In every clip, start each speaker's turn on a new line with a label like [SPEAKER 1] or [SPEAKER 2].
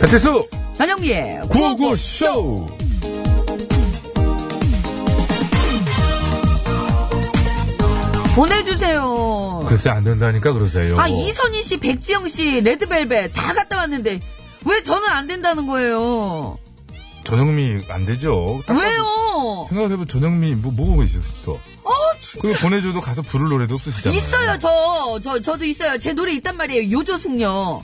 [SPEAKER 1] 배칠수
[SPEAKER 2] 전영미의
[SPEAKER 1] 구호구쇼
[SPEAKER 2] 보내주세요.
[SPEAKER 1] 글쎄 안 된다니까 그러세요.
[SPEAKER 2] 아, 이선희 씨, 백지영 씨, 레드벨벳 다 갔다 왔는데 왜 저는 안 된다는 거예요?
[SPEAKER 1] 전영미 안 되죠. 딱
[SPEAKER 2] 왜요?
[SPEAKER 1] 생각해보면 전영미 뭐, 뭐 보고 있었어.
[SPEAKER 2] 어, 진-
[SPEAKER 1] 그리고 보내줘도 가서 부를 노래도 없으시잖아요.
[SPEAKER 2] 있어요, 저. 저, 저도 있어요. 제 노래 있단 말이에요. 요조숙녀.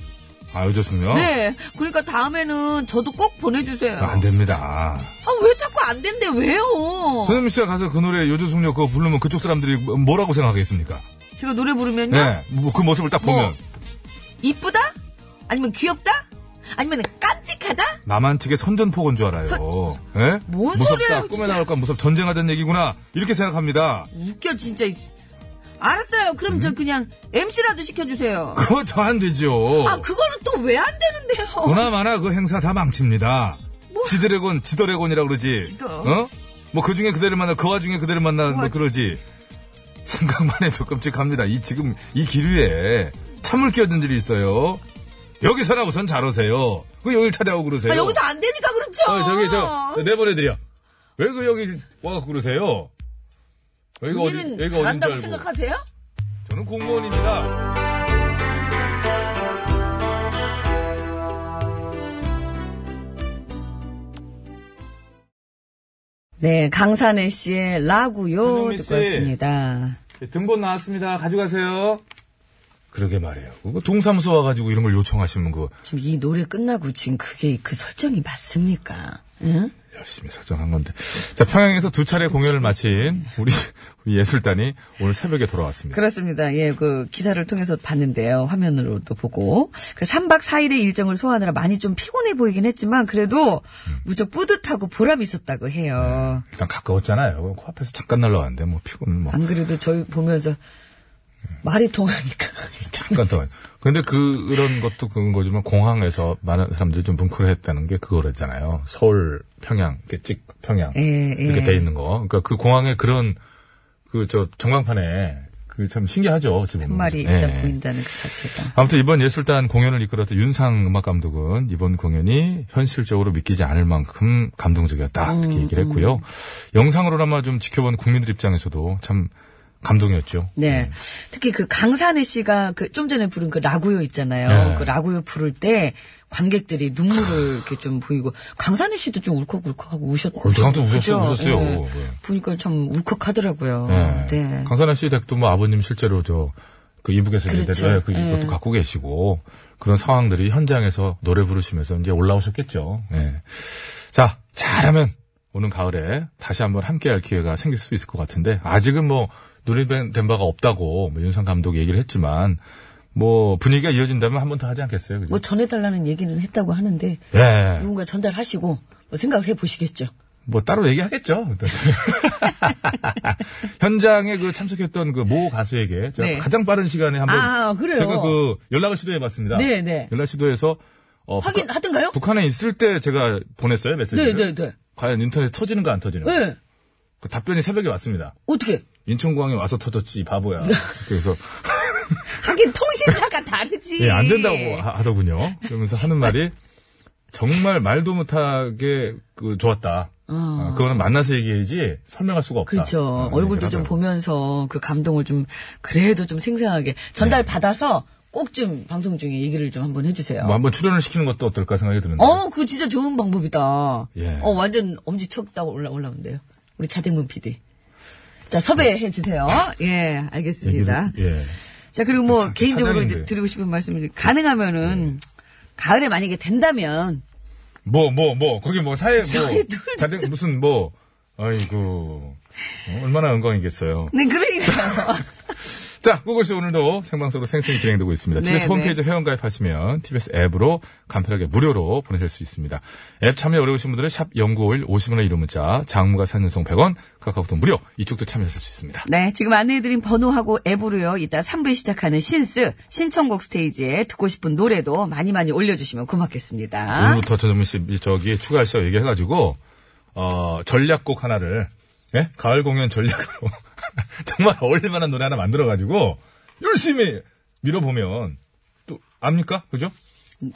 [SPEAKER 1] 아, 요조숙녀?
[SPEAKER 2] 네. 그러니까 다음에는 저도 꼭 보내주세요.
[SPEAKER 1] 아, 안 됩니다.
[SPEAKER 2] 아, 왜 자꾸 안 된대, 왜요? 어.
[SPEAKER 1] 전영미 씨가 가서 그 노래 요조숙녀 그거 부르면 그쪽 사람들이 뭐라고 생각하겠습니까?
[SPEAKER 2] 제가 노래 부르면요.
[SPEAKER 1] 네. 뭐, 그 모습을 딱 보면.
[SPEAKER 2] 뭐. 이쁘다? 아니면 귀엽다? 아니면 깜찍하다?
[SPEAKER 1] 나만 측의 선전포고인 줄 알아요. 예?
[SPEAKER 2] 뭔
[SPEAKER 1] 무섭다.
[SPEAKER 2] 소리예요,
[SPEAKER 1] 꿈에
[SPEAKER 2] 진짜.
[SPEAKER 1] 나올 건 무섭. 전쟁하던 얘기구나. 이렇게 생각합니다.
[SPEAKER 2] 웃겨, 진짜. 알았어요. 그럼
[SPEAKER 1] 음.
[SPEAKER 2] 저 그냥 MC라도 시켜주세요.
[SPEAKER 1] 그거 더 안 되죠.
[SPEAKER 2] 아, 그거는 또 왜 안 되는데요?
[SPEAKER 1] 보나마나 어. 그 행사 다 망칩니다.
[SPEAKER 2] 어? 뭐.
[SPEAKER 1] 지드래곤, 지더래곤이라 그러지.
[SPEAKER 2] 지더.
[SPEAKER 1] 어? 뭐 그 중에 그대를 만나, 그 와중에 그대를 만나, 뭐
[SPEAKER 2] 우와.
[SPEAKER 1] 그러지. 생각만 해도 끔찍합니다. 이 지금 이 기류에 참을 끼어든 일이 있어요. 여기서 나고선 잘 오세요. 그 여길 찾아오고 그러세요.
[SPEAKER 2] 아, 여기서 안 되니까 그렇죠.
[SPEAKER 1] 어, 저기 저 내보내드려. 왜 그 여기 와갖고 그러세요? 여기가 어디?
[SPEAKER 2] 본인은
[SPEAKER 1] 여기가 어딘지
[SPEAKER 2] 잘한다고
[SPEAKER 1] 알고.
[SPEAKER 2] 생각하세요?
[SPEAKER 1] 저는 공무원입니다.
[SPEAKER 2] 네, 강산혜 씨의 라구요
[SPEAKER 1] 손흥민
[SPEAKER 2] 듣고
[SPEAKER 1] 씨.
[SPEAKER 2] 왔습니다.
[SPEAKER 1] 예, 등본 나왔습니다. 가져가세요. 그러게 말이에요. 그거 동사무소 와가지고 이런 걸 요청하시면 그
[SPEAKER 2] 지금 이 노래 끝나고 지금 그게 그 설정이 맞습니까? 응?
[SPEAKER 1] 열심히 설정한 건데. 자, 평양에서 두 차례 공연을 마친 우리, 우리 예술단이 오늘 새벽에 돌아왔습니다.
[SPEAKER 2] 그렇습니다. 예, 그 기사를 통해서 봤는데요. 화면으로도 보고. 그 3박 4일의 일정을 소화하느라 많이 좀 피곤해 보이긴 했지만 그래도 무척 뿌듯하고 보람이 있었다고 해요.
[SPEAKER 1] 일단 가까웠잖아요. 코앞에서 잠깐 날라왔는데 뭐 피곤 뭐
[SPEAKER 2] 안 그래도 저희 보면서 말이 통하니까.
[SPEAKER 1] 잠깐 더. 근데 그, 그런 것도 그런 거지만 공항에서 많은 사람들이 좀 뭉클했다는 게 그거랬잖아요. 서울, 평양, 이렇게 찍, 평양.
[SPEAKER 2] 예, 예.
[SPEAKER 1] 이렇게 돼 있는 거. 그러니까 그 공항에 그런, 그, 저, 전광판에 그 참 신기하죠. 어찌 보면.
[SPEAKER 2] 한 말이
[SPEAKER 1] 예,
[SPEAKER 2] 일단
[SPEAKER 1] 예.
[SPEAKER 2] 보인다는 그 자체가.
[SPEAKER 1] 아무튼 이번 예술단 공연을 이끌었던 윤상 음악 감독은 이번 공연이 현실적으로 믿기지 않을 만큼 감동적이었다
[SPEAKER 2] 음,
[SPEAKER 1] 이렇게 얘기를 했고요. 영상으로나마 좀 지켜본 국민들 입장에서도 참 감동이었죠.
[SPEAKER 2] 네. 특히 그 강산혜 씨가 그 좀 전에 부른 그 라구요 있잖아요.
[SPEAKER 1] 네.
[SPEAKER 2] 그 라구요 부를 때 관객들이 눈물을 이렇게 좀 보이고 강산혜 씨도 좀 울컥울컥하고 우셨.
[SPEAKER 1] 얼짱도
[SPEAKER 2] 그렇죠. 그죠?
[SPEAKER 1] 어, 우셨어요, 우셨어요.
[SPEAKER 2] 예. 보니까 참 울컥하더라고요.
[SPEAKER 1] 예.
[SPEAKER 2] 네.
[SPEAKER 1] 강산아 씨 댁도 뭐 아버님 실제로 저 그 이북에서 이제
[SPEAKER 2] 그렇죠.
[SPEAKER 1] 네, 그
[SPEAKER 2] 예.
[SPEAKER 1] 이것도 갖고 계시고 그런 상황들이 현장에서 노래 부르시면서 이제 올라오셨겠죠. 예. 자, 잘하면 오는 가을에 다시 한번 함께할 기회가 생길 수 있을 것 같은데 아직은 뭐 논의된 된 바가 없다고 뭐 윤상 감독 얘기를 했지만 뭐 분위기가 이어진다면 한 번 더 하지 않겠어요, 그죠?
[SPEAKER 2] 뭐 전해달라는 얘기는 했다고 하는데
[SPEAKER 1] 예.
[SPEAKER 2] 누군가 전달하시고 뭐 생각을 해보시겠죠.
[SPEAKER 1] 뭐 따로 얘기하겠죠. 일단. 현장에 그 참석했던 그 모 가수에게 제가
[SPEAKER 2] 네.
[SPEAKER 1] 가장 빠른 시간에 한번
[SPEAKER 2] 아, 그래요?
[SPEAKER 1] 제가 그 연락을 시도해봤습니다.
[SPEAKER 2] 네, 네.
[SPEAKER 1] 연락 시도해서 어,
[SPEAKER 2] 하긴
[SPEAKER 1] 북한-
[SPEAKER 2] 하던가요?
[SPEAKER 1] 북한에 있을 때 제가 보냈어요
[SPEAKER 2] 네,
[SPEAKER 1] 메시지를.
[SPEAKER 2] 네, 네.
[SPEAKER 1] 과연 인터넷 터지는가 안 터지는가.
[SPEAKER 2] 네.
[SPEAKER 1] 그 답변이 새벽에 왔습니다.
[SPEAKER 2] 어떻게?
[SPEAKER 1] 인천공항에 와서 터졌지 이 바보야.
[SPEAKER 2] 네.
[SPEAKER 1] 그래서
[SPEAKER 2] 하긴 통신사가 다르지.
[SPEAKER 1] 예, 안 된다고 하, 더군요 그러면서 하는 말이 정말 말도 못하게 그 좋았다. 아, 그거는 만나서 얘기해야지 설명할 수가 없다.
[SPEAKER 2] 어. 그렇죠.
[SPEAKER 1] 아, 그런
[SPEAKER 2] 얼굴도
[SPEAKER 1] 얘기를
[SPEAKER 2] 좀
[SPEAKER 1] 하더라고요.
[SPEAKER 2] 보면서 그 감동을 좀 그래도 좀 생생하게
[SPEAKER 1] 네.
[SPEAKER 2] 전달 받아서 꼭 좀 방송 중에 얘기를 좀 한번 해주세요.
[SPEAKER 1] 뭐 한번 출연을 시키는 것도 어떨까 생각이 드는데.
[SPEAKER 2] 어, 그거 진짜 좋은 방법이다.
[SPEAKER 1] 예.
[SPEAKER 2] 어, 완전 엄지 척다고 올라 올라온대요. 우리 자댕문 PD. 자, 섭외해 주세요. 예, 알겠습니다.
[SPEAKER 1] 얘기를- 예.
[SPEAKER 2] 자, 그리고 뭐
[SPEAKER 1] 사-
[SPEAKER 2] 개인적으로
[SPEAKER 1] 사장인데.
[SPEAKER 2] 이제 드리고 싶은 말씀이 가능하면은
[SPEAKER 1] 네.
[SPEAKER 2] 가을에 만약에 된다면
[SPEAKER 1] 뭐, 뭐, 뭐, 거기 뭐, 사회, 뭐,
[SPEAKER 2] 저희 둘
[SPEAKER 1] 다들 무슨 뭐, 아이고, 어, 얼마나 영광이겠어요.
[SPEAKER 2] 네, 그러니까요.
[SPEAKER 1] 자, 그것이 오늘도 생방송으로 생생히 진행되고 있습니다.
[SPEAKER 2] 네,
[SPEAKER 1] TBS
[SPEAKER 2] 네.
[SPEAKER 1] 홈페이지 회원 가입하시면 TBS 앱으로 간편하게 무료로 보내실 수 있습니다. 앱 참여 어려우신 분들은 샵 0951 50원의 이름 문자, 장무가 산연송 100원, 카카오톡 무료, 이쪽도 참여하실 수 있습니다.
[SPEAKER 2] 네, 지금 안내해드린 번호하고 앱으로요. 이따 3부에 시작하는 신스 신청곡 스테이지에 듣고 싶은 노래도 많이 많이 올려주시면 고맙겠습니다.
[SPEAKER 1] 오늘부터 전현민 씨 저기 추가 시작 얘기해가지고 어 전략곡 하나를 예? 가을 공연 전략으로 정말 어울릴만한 노래 하나 만들어가지고 열심히 밀어보면 또 압니까 그죠?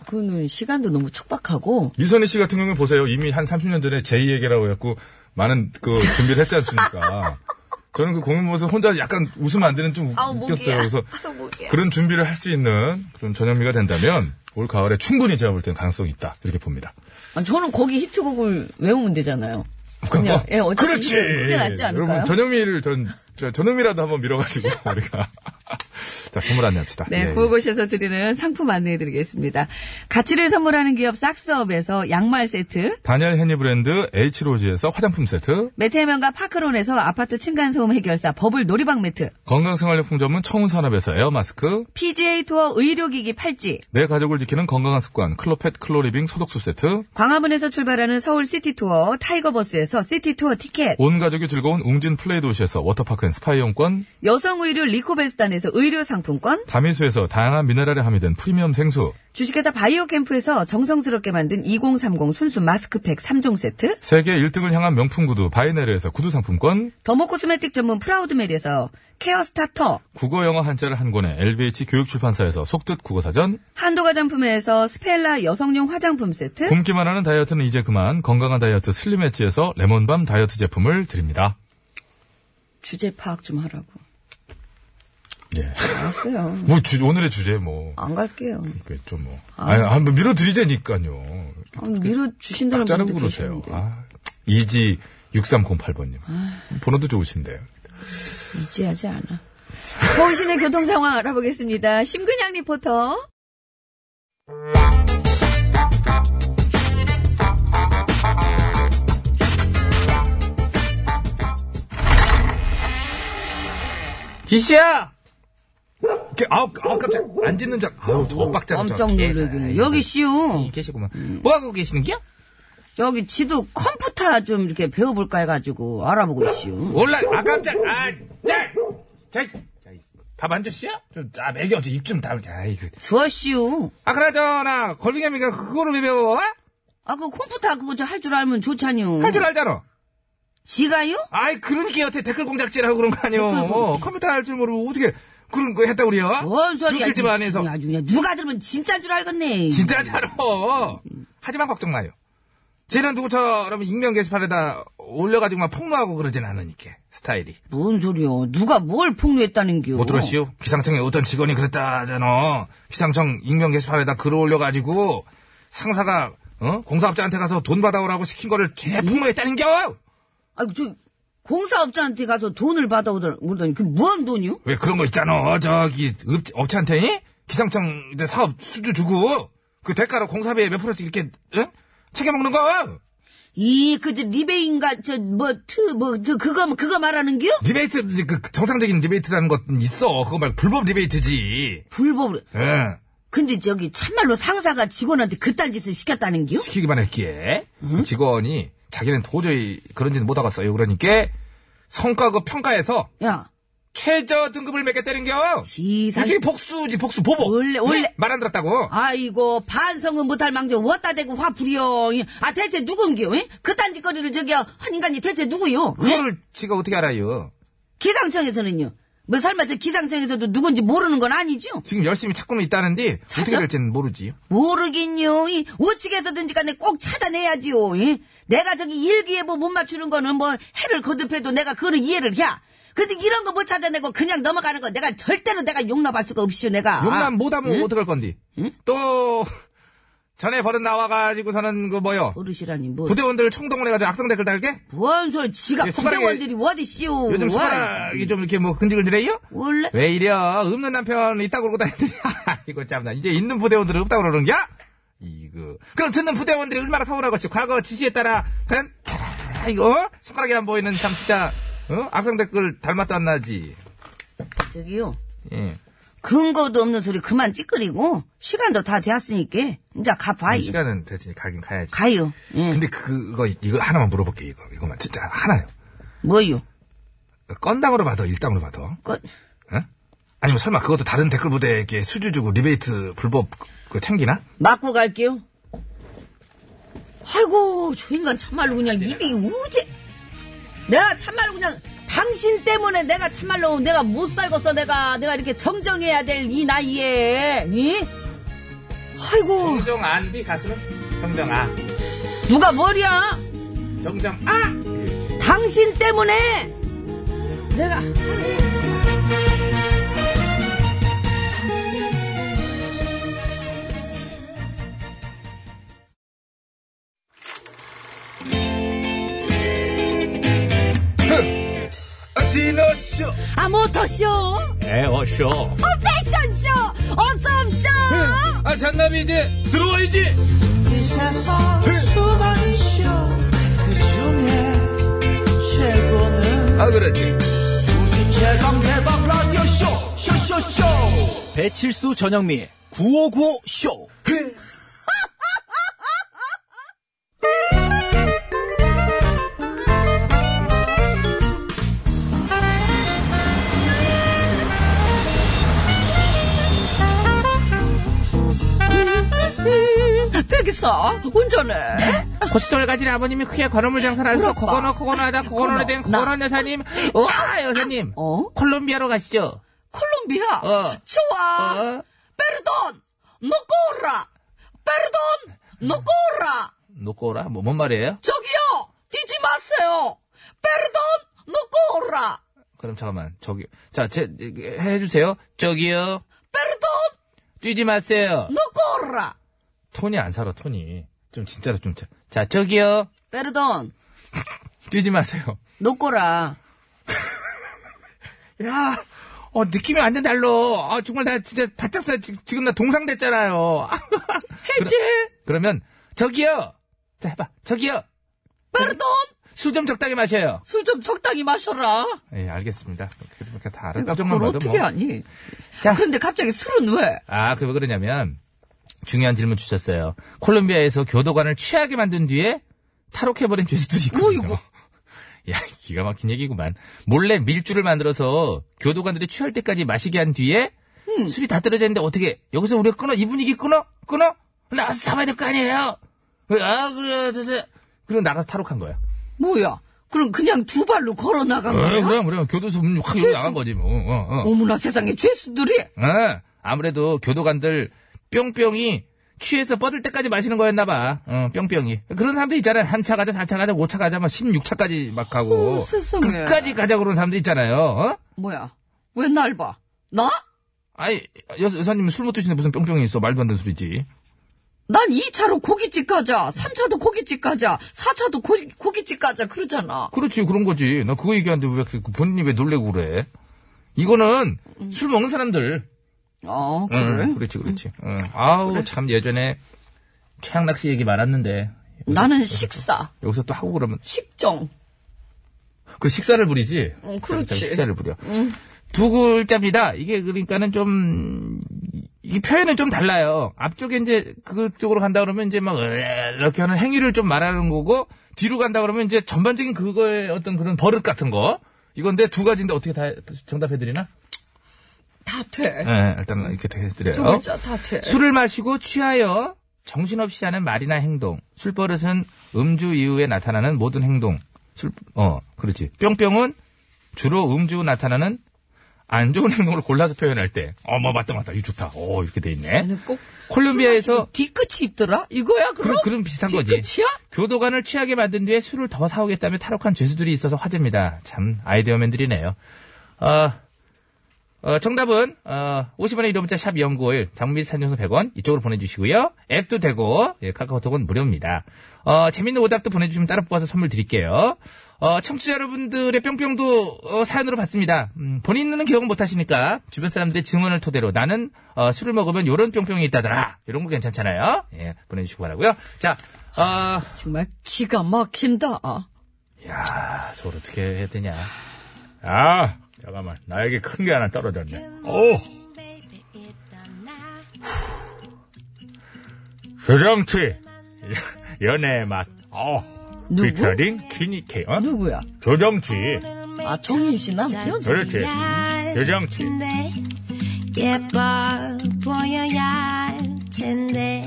[SPEAKER 2] 그거는 시간도 너무 촉박하고
[SPEAKER 1] 유선희 씨 같은 경우는 보세요. 이미 한 30년 전에 제이에게라고 해갖고 많은 그 준비를 했지 않습니까? 저는 그 공연 보면서 혼자 약간 웃으면 안 되는 좀 웃-
[SPEAKER 2] 아우,
[SPEAKER 1] 웃겼어요.
[SPEAKER 2] 목이야.
[SPEAKER 1] 그래서
[SPEAKER 2] 아우, 목이야.
[SPEAKER 1] 그런 준비를 할 수 있는 그런 전현미가 된다면 올 가을에 충분히 제가 볼 때는 가능성이 있다. 이렇게 봅니다.
[SPEAKER 2] 아니, 저는 거기 히트곡을 외우면 되잖아요.
[SPEAKER 1] 그거?
[SPEAKER 2] 예, 어차피
[SPEAKER 1] 그렇지. 예.
[SPEAKER 2] 그게 낫지 않을까요?
[SPEAKER 1] 여러분 전현미를 전 저, 전현미라도 한번 밀어가지고 우리가 자 선물 안내합시다.
[SPEAKER 2] 네,
[SPEAKER 1] 예, 예.
[SPEAKER 2] 고고시에서 드리는 상품 안내해드리겠습니다. 가치를 선물하는 기업 싹스업에서 양말 세트,
[SPEAKER 1] 다니엘 헤니 브랜드 H로지에서 화장품 세트,
[SPEAKER 2] 메테면과 파크론에서 아파트 층간소음 해결사 버블 놀이방 매트,
[SPEAKER 1] 건강생활용품 전문 청운산업에서 에어마스크,
[SPEAKER 2] PGA 투어 의료기기 팔찌,
[SPEAKER 1] 내 가족을 지키는 건강한 습관 클로펫 클로리빙 소독수 세트,
[SPEAKER 2] 광화문에서 출발하는 서울 시티 투어 타이거버스에서 시티 투어 티켓,
[SPEAKER 1] 온 가족이 즐거운 웅진 플레이 도시에서 워터파크 앤 스파 이용권,
[SPEAKER 2] 여성 의류 리코베스탄에서 의류 상품권,
[SPEAKER 1] 다미수에서 다양한 미네랄에 함유된 프리미엄 생수,
[SPEAKER 2] 주식회사 바이오 캠프에서 정성스럽게 만든 2030 순수 마스크팩 3종 세트,
[SPEAKER 1] 세계 1등을 향한 명품 구두 바이네르에서 구두 상품권,
[SPEAKER 2] 더모 코스메틱 전문 프라우드메리에서 케어 스타터,
[SPEAKER 1] 국어 영어 한자를 한 권에 LBH 교육출판사에서 속뜻 국어사전,
[SPEAKER 2] 한도가 장품에서 스펠라 여성용 화장품 세트,
[SPEAKER 1] 굶기만 하는 다이어트는 이제 그만 건강한 다이어트 슬림 엣지에서 레몬밤 다이어트 제품을 드립니다.
[SPEAKER 2] 주제 파악 좀 하라고.
[SPEAKER 1] 예.
[SPEAKER 2] 알았어요.
[SPEAKER 1] 뭐 주- 오늘의 주제 뭐.
[SPEAKER 2] 안 갈게요.
[SPEAKER 1] 그게 좀 뭐. 아니, 한번 밀어드리자니까요.
[SPEAKER 2] 아, 밀어 주신다는
[SPEAKER 1] 짜는
[SPEAKER 2] 분도
[SPEAKER 1] 그러세요.
[SPEAKER 2] 계시는데
[SPEAKER 1] 아, 이지 6308번님.
[SPEAKER 2] 아.
[SPEAKER 1] 번호도 좋으신데.
[SPEAKER 2] 이지하지 않아. 서울시내 교통 상황 알아보겠습니다. 심근양 리포터.
[SPEAKER 1] 기시야! 이렇게, 아우, 아우, 깜짝. 안 짖는 예, 줄, 알- 아우, 더 빡잖아.
[SPEAKER 2] 깜짝 놀래기네. 여기 음. 씨요.
[SPEAKER 1] 계시구만. 뭐 하고 계시는 겨?
[SPEAKER 2] 여기 지도 컴퓨터 좀 이렇게 배워볼까 해가지고 알아보고 있슈.
[SPEAKER 1] 몰라, 아, 깜짝, 아, 야! 자, 자, 밥안 줬어요? 좀, 아, 먹여, 입좀 담을 아이고.
[SPEAKER 2] 좋았슈.
[SPEAKER 1] 아, 그나저나, 걸빙애미가 그거를 왜 배워? 어?
[SPEAKER 2] 아, 그 컴퓨터 그거 저 할 줄 알면 좋잖요.
[SPEAKER 1] 할 줄 알잖아.
[SPEAKER 2] 지가요?
[SPEAKER 1] 아이, 그러니까 여태 댓글 공작질하고 그런 거 아니오. 어, 컴퓨터 할 줄 모르고 어떻게 그런 거 했다 그래요?
[SPEAKER 2] 뭔 소리야.
[SPEAKER 1] 육칠집 안에서.
[SPEAKER 2] 아주 그냥 누가 들으면 진짜인 줄 알겠네.
[SPEAKER 1] 진짜 잘어. 하지만 걱정 마요. 쟤는 누구처럼 익명 게시판에다 올려가지고 막 폭로하고 그러진 않으니까 스타일이.
[SPEAKER 2] 뭔 소리야. 누가 뭘 폭로했다는겨.
[SPEAKER 1] 못뭐 들었시오? 기상청에 어떤 직원이 그랬다잖아. 기상청 익명 게시판에다 글을 올려가지고 상사가 어? 공사업자한테 가서 돈 받아오라고 시킨 거를 죄 폭로했다는겨.
[SPEAKER 2] 아, 저 공사업자한테 가서 돈을 받아오더니 그 무한 돈이요?
[SPEAKER 1] 왜 그런 거 있잖아. 저기 업, 업체한테 이? 기상청 이제 사업 수주 주고 그 대가로 공사비에 몇 프로씩 이렇게 응? 챙겨 먹는 거.
[SPEAKER 2] 이, 그, 저, 리베인가, 저, 뭐, 트, 뭐, 저, 그거, 그거 말하는겨?
[SPEAKER 1] 리베이트 이제 그 정상적인 리베이트라는 것은 있어. 그거 말고 불법 리베이트지.
[SPEAKER 2] 불법으로.
[SPEAKER 1] 응.
[SPEAKER 2] 근데 저기, 참말로 상사가 직원한테 그딴 짓을 시켰다는겨?
[SPEAKER 1] 시키기만 했기에 그 직원이 자기는 도저히 그런 짓는 못하겠어요. 그러니까 성과급 평가에서
[SPEAKER 2] 야,
[SPEAKER 1] 최저 등급을 매겼다는 겨.
[SPEAKER 2] 시상.
[SPEAKER 1] 이게 복수지 복수 보복.
[SPEAKER 2] 원래, 원래.
[SPEAKER 1] 말 안 들었다고.
[SPEAKER 2] 아이고, 반성은 못할 망정, 왔다 대고 화풀이요. 이, 아, 대체 누군겨? 이? 그딴 짓거리를 저기요, 한 인간이 대체 누구요? 이?
[SPEAKER 1] 그거를 지가 어떻게 알아요?
[SPEAKER 2] 기상청에서는요? 뭐, 설마 저 기상청에서도 누군지 모르는 건 아니죠?
[SPEAKER 1] 지금 열심히 찾고는 있다는데 어떻게
[SPEAKER 2] 찾아?
[SPEAKER 1] 될지는 모르지.
[SPEAKER 2] 모르긴요. 이 우측에서든지 간에 꼭 찾아내야지요. 이. 내가 저기 일기예보 못 맞추는 거는 뭐 해를 거듭해도 내가 그거는 이해를 해. 근데 이런 거 못 찾아내고 그냥 넘어가는 거 내가 절대로 내가 용납할 수가 없이요 내가.
[SPEAKER 1] 용납 못하면 어떡할 건디? 또 전에 버릇 나와가지고서는 그 뭐요?
[SPEAKER 2] 버릇이라니 뭐.
[SPEAKER 1] 부대원들 총동원해가지고 악성 댓글 달게?
[SPEAKER 2] 뭔 소리 지가
[SPEAKER 1] 예, 손가락에-
[SPEAKER 2] 부대원들이 어디시오.
[SPEAKER 1] 요즘
[SPEAKER 2] 와.
[SPEAKER 1] 손가락이 좀 이렇게 뭐 근질근질해요?
[SPEAKER 2] 원래
[SPEAKER 1] 왜 이려? 없는 남편 있다고 그러고 다니더니 이거 참나 이제 있는 부대원들은 없다고 그러는 겨? 이거 그럼 듣는 부대원들이 얼마나 서운할 것이 과거 지시에 따라 그냥 타라라라 이거 손가락이 안 보이는 참 진짜 어? 악성 댓글 닮았도 안 나지
[SPEAKER 2] 저기요.
[SPEAKER 1] 예.
[SPEAKER 2] 근거도 없는 소리 그만 찌끄리고 시간도 다 되었으니까 이제 가봐요.
[SPEAKER 1] 시간은 대신 가긴 가야지
[SPEAKER 2] 가요. 예.
[SPEAKER 1] 근데 그거 이거 하나만 물어볼게 이거 이거만 진짜 하나요
[SPEAKER 2] 뭐요?
[SPEAKER 1] 건당으로 받아 일당으로 받아
[SPEAKER 2] 그...
[SPEAKER 1] 응? 아니면 설마 그것도 다른 댓글 부대에게 수주 주고 리베이트 불법 그 챙기나?
[SPEAKER 2] 맞고 갈게요. 아이고, 저 인간 참말로 그냥 입이 우지. 내가 참말로 그냥 당신 때문에 내가 참말로 내가 못 살겠어, 내가. 내가 이렇게 정정해야 될 이 나이에. 이? 아이고
[SPEAKER 1] 정정안 뒤네 가슴은 정정아
[SPEAKER 2] 누가 머리야?
[SPEAKER 1] 정정아
[SPEAKER 2] 당신 때문에 내가
[SPEAKER 1] 디너쇼
[SPEAKER 2] 아 모터쇼, 어
[SPEAKER 1] 에어쇼
[SPEAKER 2] 패션쇼, 어썸쇼.
[SPEAKER 1] 아 잔나비 이제 들어와야지
[SPEAKER 3] 이 세상 수많은 쇼그 중에 최고는
[SPEAKER 1] 아 그렇지
[SPEAKER 3] 우주 최강 대박 라디오 쇼 쇼쇼쇼 배칠수 전영미 9595 쇼.
[SPEAKER 2] 백이사 운전해.
[SPEAKER 1] 고시솔 가진 아버님이 크게 건어물 장사를 하셔서
[SPEAKER 2] 부럽다.
[SPEAKER 1] 고건어 고건어하다 고건어로 된
[SPEAKER 2] 나.
[SPEAKER 1] 고건어 여사님 와 여사님
[SPEAKER 2] 어?
[SPEAKER 1] 콜롬비아로 가시죠
[SPEAKER 2] 콜롬비아.
[SPEAKER 1] 어.
[SPEAKER 2] 좋아.
[SPEAKER 1] 어?
[SPEAKER 2] 베르돈 노코라. 베르돈 노코라.
[SPEAKER 1] 놓고 오라 뭐 뭔 말이에요?
[SPEAKER 2] 저기요 뛰지 마세요. 베르돈 노코라.
[SPEAKER 1] 그럼 잠깐만 저기 자제 해주세요 저기요
[SPEAKER 2] 베르돈
[SPEAKER 1] 뛰지 마세요
[SPEAKER 2] 노코라.
[SPEAKER 1] 톤이 안 살아 톤이 좀 진짜로 좀자 저기요
[SPEAKER 2] 베르돈
[SPEAKER 1] 뛰지 마세요
[SPEAKER 2] 노코라.
[SPEAKER 1] 야, 어, 느낌이 완전 달로. 아, 정말 나 진짜 바짝 서 지금 나 동상 됐잖아요.
[SPEAKER 2] 해지
[SPEAKER 1] 그러면, 저기요! 자, 해봐. 저기요!
[SPEAKER 2] 베르돈
[SPEAKER 1] 술 좀 적당히 마셔요.
[SPEAKER 2] 술 좀 적당히 마셔라.
[SPEAKER 1] 예, 알겠습니다. 그렇게, 그렇게 다 알아요.
[SPEAKER 2] 내가
[SPEAKER 1] 표정만
[SPEAKER 2] 그러니까 그걸
[SPEAKER 1] 봐도
[SPEAKER 2] 어떻게
[SPEAKER 1] 뭐.
[SPEAKER 2] 하니?
[SPEAKER 1] 자.
[SPEAKER 2] 그런데 갑자기 술은 왜?
[SPEAKER 1] 아, 그 왜 그러냐면, 중요한 질문 주셨어요. 콜롬비아에서 교도관을 취하게 만든 뒤에 탈옥해버린 죄수들이 있거든요.
[SPEAKER 2] 어이구.
[SPEAKER 1] 야, 기가 막힌 얘기구만. 몰래 밀주를 만들어서 교도관들이 취할 때까지 마시게 한 뒤에 술이 다 떨어져 있는데 어떻게 여기서 우리가 끊어? 이 분위기 끊어? 끊어? 나가서 잡아야 될 거 아니에요? 아, 그래, 그래, 그래. 그리고 나가서 탈옥한 거야.
[SPEAKER 2] 뭐야? 그럼 그냥 두 발로 걸어 나간 거야?
[SPEAKER 1] 아, 그래. 교도소 문 확 열고 나간 거지, 뭐. 어, 어.
[SPEAKER 2] 어머나 세상에 죄수들이
[SPEAKER 1] 어, 아무래도 교도관들 뿅뿅이 취해서 뻗을 때까지 마시는 거였나 봐. 어, 뿅뿅이. 그런 사람들 있잖아요. 3차 가자, 4차 가자, 5차 가자, 막 16차까지 막 가고.
[SPEAKER 2] 어머, 그 세상에.
[SPEAKER 1] 끝까지 가자 그런 사람들 있잖아요. 어?
[SPEAKER 2] 뭐야? 왜 날 봐? 나?
[SPEAKER 1] 아이, 여, 여사님 술 못 드시는데 무슨 뿅뿅이 있어. 말도 안 되는 소리지.
[SPEAKER 2] 난 2차로 고깃집 가자. 3차도 고깃집 가자. 4차도 고, 고깃집 가자. 그러잖아.
[SPEAKER 1] 그렇지, 그런 거지. 나 그거 얘기하는데 왜 그- 본인이 왜 놀래고 그래. 이거는 술 먹는 사람들.
[SPEAKER 2] 어,
[SPEAKER 1] 응,
[SPEAKER 2] 음. 그래? 음.
[SPEAKER 1] 그렇지, 그렇지. 응. 아우, 참 예전에 최양낚시 얘기 많았는데.
[SPEAKER 2] 나는 식사,
[SPEAKER 1] 여기서 또 하고 그러면
[SPEAKER 2] 식정.
[SPEAKER 1] 그 식사를 부리지.
[SPEAKER 2] 응, 음, 그렇지. 음.
[SPEAKER 1] 자기 식사를 부려. 두 글자입니다. 이게 그러니까는 좀 이게 표현은 좀 달라요. 앞쪽에 이제 그쪽으로 간다 그러면 이제 막 으에 이렇게 하는 행위를 좀 말하는 거고 뒤로 간다 그러면 이제 전반적인 그거의 어떤 그런 버릇 같은 거. 이건데 두 가지인데 어떻게 다 정답해 드리나?
[SPEAKER 2] 다 돼.
[SPEAKER 1] 네, 일단 이렇게 해
[SPEAKER 2] 두
[SPEAKER 1] 드려요.
[SPEAKER 2] 글자 다 돼.
[SPEAKER 1] 술을 마시고 취하여 정신없이 하는 말이나 행동. 술버릇은 음주 이후에 나타나는 모든 행동. 술, 어, 그렇지. 뿅뿅은 주로 음주 후 나타나는 안 좋은 행동을 골라서 표현할 때. 어머, 맞다, 맞다. 이거 좋다. 어, 이렇게 돼 있네.
[SPEAKER 2] 얘는 꼭
[SPEAKER 1] 콜롬비아에서
[SPEAKER 2] 뒤끝이 있더라? 이거야,
[SPEAKER 1] 그런,
[SPEAKER 2] 그럼?
[SPEAKER 1] 그런 비슷한 거지.
[SPEAKER 2] 뒤끝이야?
[SPEAKER 1] 교도관을 취하게 만든 뒤에 술을 더 사오겠다며 탈옥한 죄수들이 있어서 화제입니다. 참 아이디어맨들이네요. 어, 어, 정답은 어, 50원의 이름 문자 샵 연구일 장미 산용소 100원 이쪽으로 보내주시고요. 앱도 되고 예, 카카오톡은 무료입니다. 어, 재밌는 오답도 보내주시면 따로 뽑아서 선물 드릴게요. 어, 청취자 여러분들의 뿅뿅도 어, 사연으로 봤습니다. 음, 본인은 기억 못하시니까 주변 사람들의 증언을 토대로 나는 어, 술을 먹으면 요런 뿅뿅이 있다더라. 이런 거 괜찮잖아요. 예, 보내주시고 바라고요. 자, 어,
[SPEAKER 2] 정말 기가 막힌다. 아,
[SPEAKER 1] 야, 아, 저걸 어떻게 해야 되냐.
[SPEAKER 4] 아, 잠깐만. 나에게 큰 게 하나 떨어졌네.
[SPEAKER 1] 오!
[SPEAKER 4] 조정치. 연애의 맛. 어.
[SPEAKER 2] 누구?
[SPEAKER 4] 피처링 키니케. 어?
[SPEAKER 2] 누구야?
[SPEAKER 4] 조정치.
[SPEAKER 2] 아, 정인 씨 남편?
[SPEAKER 4] 그렇지. 조정치.
[SPEAKER 5] 텐데 예뻐 보여야 할 텐데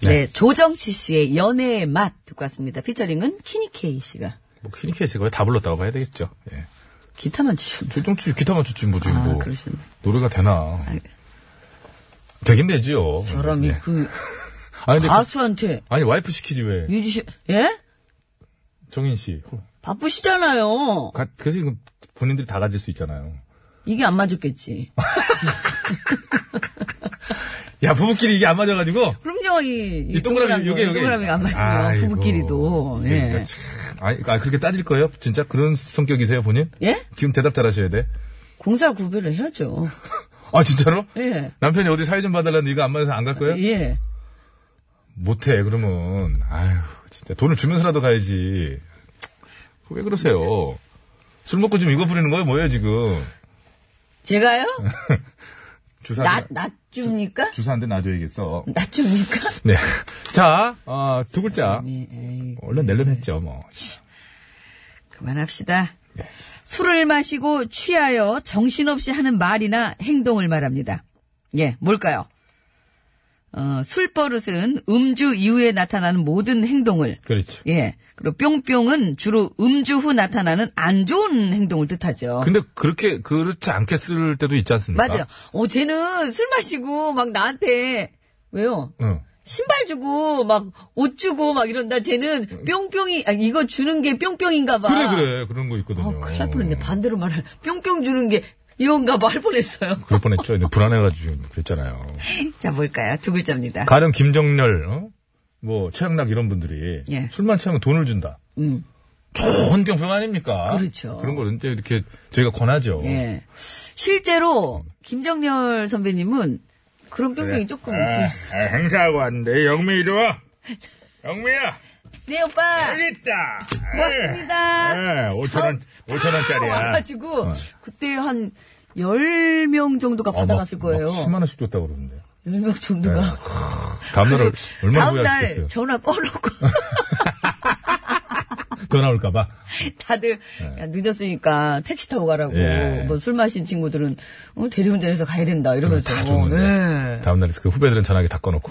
[SPEAKER 2] 네, 조정치 씨의 연애의 맛 듣고 왔습니다. 피처링은 키니케이 씨가.
[SPEAKER 4] 뭐 키니케 씨가 다 불렀다고 봐야 되겠죠. 예.
[SPEAKER 2] 기타만 치셨네.
[SPEAKER 4] 최종치 기타만 쳤지 뭐지
[SPEAKER 2] 아, 예.
[SPEAKER 4] 뭐
[SPEAKER 2] 그러셨네.
[SPEAKER 4] 노래가 되나 되긴 되지요.
[SPEAKER 2] 사람이
[SPEAKER 4] 예.
[SPEAKER 2] 그
[SPEAKER 4] 아니 근데 그-
[SPEAKER 2] 가수한테
[SPEAKER 4] 아니 와이프 시키지 왜
[SPEAKER 2] 유지씨 예?
[SPEAKER 4] 정인 씨
[SPEAKER 2] 바쁘시잖아요.
[SPEAKER 4] 가- 그래서 이거 본인들이 다 가질 수 있잖아요.
[SPEAKER 2] 이게 안 맞았겠지.
[SPEAKER 4] 야 부부끼리 이게 안 맞아가지고
[SPEAKER 2] 그럼요, 이,
[SPEAKER 4] 이 동그라미 요게 요게
[SPEAKER 2] 동그라미가 안 맞으면
[SPEAKER 4] 아이고, 네,
[SPEAKER 2] 부부끼리도.
[SPEAKER 4] 이게
[SPEAKER 2] 예.
[SPEAKER 4] 참, 아니, 아 그렇게 따질 거예요? 진짜 그런 성격이세요 본인?
[SPEAKER 2] 예?
[SPEAKER 4] 지금 대답 잘하셔야 돼.
[SPEAKER 2] 공사 구별을 해야죠.
[SPEAKER 4] 아 진짜로?
[SPEAKER 2] 예.
[SPEAKER 4] 남편이 어디 사회 좀 봐달라는데 이거 안 맞아서 안 갈 거예요?
[SPEAKER 2] 예.
[SPEAKER 4] 못해 그러면 아유 진짜 돈을 주면서라도 가야지. 왜 그러세요? 술 먹고 지금 이거 부리는 거예요? 뭐예요 지금?
[SPEAKER 2] 제가요?
[SPEAKER 4] 주사
[SPEAKER 2] 낮, 낮줍니까?
[SPEAKER 4] 주사 한 대 놔줘야겠어.
[SPEAKER 2] 낮줍니까?
[SPEAKER 4] 네. 자, 어, 두 글자.
[SPEAKER 2] 예, 에이,
[SPEAKER 4] 얼른 낼름 했죠, 뭐.
[SPEAKER 2] 그만합시다.
[SPEAKER 4] 네.
[SPEAKER 2] 술을 마시고 취하여 정신없이 하는 말이나 행동을 말합니다. 예, 뭘까요? 어, 술 버릇은 음주 이후에 나타나는 모든 행동을
[SPEAKER 4] 그렇죠.
[SPEAKER 2] 예. 그리고 뿅뿅은 주로 음주 후 나타나는 안 좋은 행동을 뜻하죠.
[SPEAKER 4] 근데 그렇게, 그렇지 않게 쓸 때도 있지 않습니까?
[SPEAKER 2] 맞아요. 어, 쟤는 술 마시고 막 나한테 왜요?
[SPEAKER 4] 응.
[SPEAKER 2] 신발 주고 막 옷 주고 막 이런다. 쟤는 뿅뿅이 아, 이거 주는 게 뿅뿅인가 봐.
[SPEAKER 4] 음. 그래, 그래. 그런 거 있거든요.
[SPEAKER 2] 어, 아. 큰일 날 뻔했네. 반대로 말할 뿅뿅 주는 게 이건가 봐 할 뻔했어요.
[SPEAKER 4] 그럴 뻔했죠. 근데 불안해가지고 그랬잖아요.
[SPEAKER 2] 자, 뭘까요? 두 글자입니다.
[SPEAKER 4] 가령 김정렬, 어? 뭐, 최양락 이런 분들이
[SPEAKER 2] 예.
[SPEAKER 4] 술만 취하면 돈을 준다.
[SPEAKER 2] 음.
[SPEAKER 4] 좋은 병평 아닙니까?
[SPEAKER 2] 그렇죠.
[SPEAKER 4] 그런 걸 이제 이렇게 저희가 권하죠.
[SPEAKER 2] 예. 실제로 김정렬 선배님은 그런 뿅뿅이 조금 있어요.
[SPEAKER 4] 예. 아, 행사하고 왔는데, 예, 영미 이리 와! 영미야!
[SPEAKER 2] 네, 오빠.
[SPEAKER 4] 있다! 예.
[SPEAKER 2] 고맙습니다.
[SPEAKER 4] 아,
[SPEAKER 2] 아,
[SPEAKER 4] 5천원, 5천원짜리야. 어.
[SPEAKER 2] 와가지고 그때 한 10명 정도가 받아갔을 거예요.
[SPEAKER 4] 10만원씩 줬다고 그러는데.
[SPEAKER 2] 10명 정도가.
[SPEAKER 4] 다음날 얼- 네. 얼마나
[SPEAKER 2] 아, 다음 날
[SPEAKER 4] 후회하셨겠어요?
[SPEAKER 2] 전화 꺼놓고
[SPEAKER 4] 더 나올까봐.
[SPEAKER 2] 다들 야, 늦었으니까 택시 타고 가라고
[SPEAKER 4] 네. 예.
[SPEAKER 2] 뭐 술 마신 친구들은 어, 대리운전해서 가야 된다 이러면서
[SPEAKER 4] 다 줬는데.
[SPEAKER 2] 예.
[SPEAKER 4] 다음날 그 후배들은 전화기 다 꺼놓고.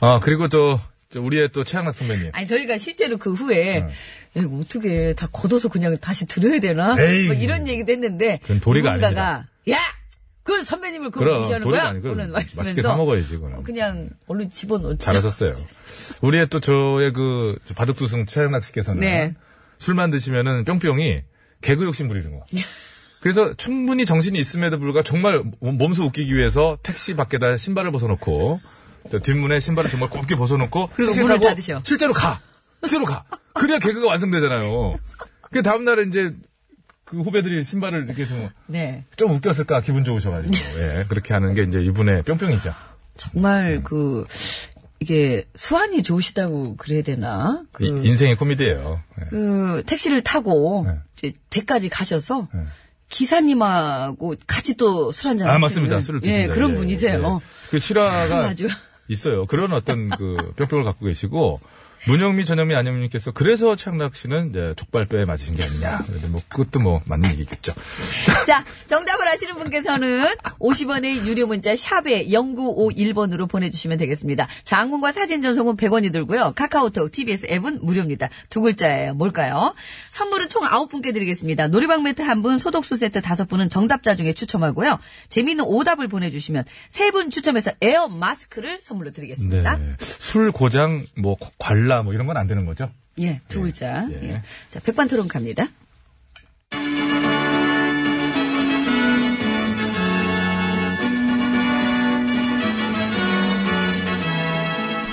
[SPEAKER 4] 아, 그리고 또, 저 우리의 또 최양락 선배님.
[SPEAKER 2] 아니 저희가 실제로 그
[SPEAKER 4] 네.
[SPEAKER 2] 후에 야, 이거 어떻게 다 걷어서 그냥 다시 들어야 되나
[SPEAKER 4] 에이.
[SPEAKER 2] 막 이런 얘기도 했는데
[SPEAKER 4] 그건 도리가
[SPEAKER 2] 누군가가 야 그 선배님을 그걸
[SPEAKER 4] 그럼,
[SPEAKER 2] 무시하는
[SPEAKER 4] 도리가
[SPEAKER 2] 거야?
[SPEAKER 4] 아니고
[SPEAKER 2] 그거는 막 이러면서
[SPEAKER 4] 맛있게 사 먹어야지, 그거는.
[SPEAKER 2] 어, 그냥 얼른 집어넣지.
[SPEAKER 4] 잘하셨어요. 우리의 또 저의 그 바둑두승 최양락 씨께서는
[SPEAKER 2] 네.
[SPEAKER 4] 술만 드시면은 뿅뿅이 개그 욕심 부리는 거. 그래서 충분히 정신이 있음에도 불구하고 정말 몸- 몸소 웃기기 위해서 택시 밖에다 신발을 벗어놓고 또 뒷문에 신발을 정말 곱게 벗어놓고
[SPEAKER 2] 그리고
[SPEAKER 4] 택시
[SPEAKER 2] 문을
[SPEAKER 4] 타고
[SPEAKER 2] 닫으셔.
[SPEAKER 4] 실제로 가. 실제로 가. 그래야 개그가 완성되잖아요. 그 다음 날에 이제 그 후배들이 신발을 이렇게 좀,
[SPEAKER 2] 네.
[SPEAKER 4] 좀 웃겼을까 기분 좋으셔가지고 예, 그렇게 하는 게 이제 이분의 뿅뿅이죠. 네.
[SPEAKER 2] 정말 그 이게 수완이 좋으시다고 그래야 되나? 그,
[SPEAKER 4] 이- 인생의 코미디예요. 예.
[SPEAKER 2] 그 택시를 타고
[SPEAKER 4] 네.
[SPEAKER 2] 이제 대까지 가셔서
[SPEAKER 4] 네.
[SPEAKER 2] 기사님하고 같이 또 술 한잔
[SPEAKER 4] 아,
[SPEAKER 2] 하시는
[SPEAKER 4] 맞습니다. 술을 드시는
[SPEAKER 2] 예, 그런 분이세요.
[SPEAKER 4] 그
[SPEAKER 2] 참
[SPEAKER 4] 실화가
[SPEAKER 2] 아주
[SPEAKER 4] 있어요. 그런 어떤 그 뿅뿅을 갖고 계시고 문영미 전영미 안영미님께서 그래서 최양락 씨는 이제 족발뼈에 맞으신 게 아니냐. 근데 뭐 그것도 뭐 맞는 얘기겠죠.
[SPEAKER 2] 자, 정답을 아시는 분께서는 50원의 유료 문자 샵에 0951번으로 보내주시면 되겠습니다. 장문과 사진 전송은 100원이 들고요. 카카오톡, TBS 앱은 무료입니다. 두 글자예요. 뭘까요? 선물은 총 9분께 드리겠습니다. 놀이방 매트 1분, 소독수 세트 5분은 정답자 중에 추첨하고요. 재미있는 오답을 보내주시면 3분 추첨해서 에어 마스크를 선물로 드리겠습니다.
[SPEAKER 4] 네. 술 고장 뭐 관라 뭐 이런 건 안 되는 거죠.
[SPEAKER 2] 예, 두 글자.
[SPEAKER 4] 예.
[SPEAKER 2] 예. 자, 백반 토론 갑니다.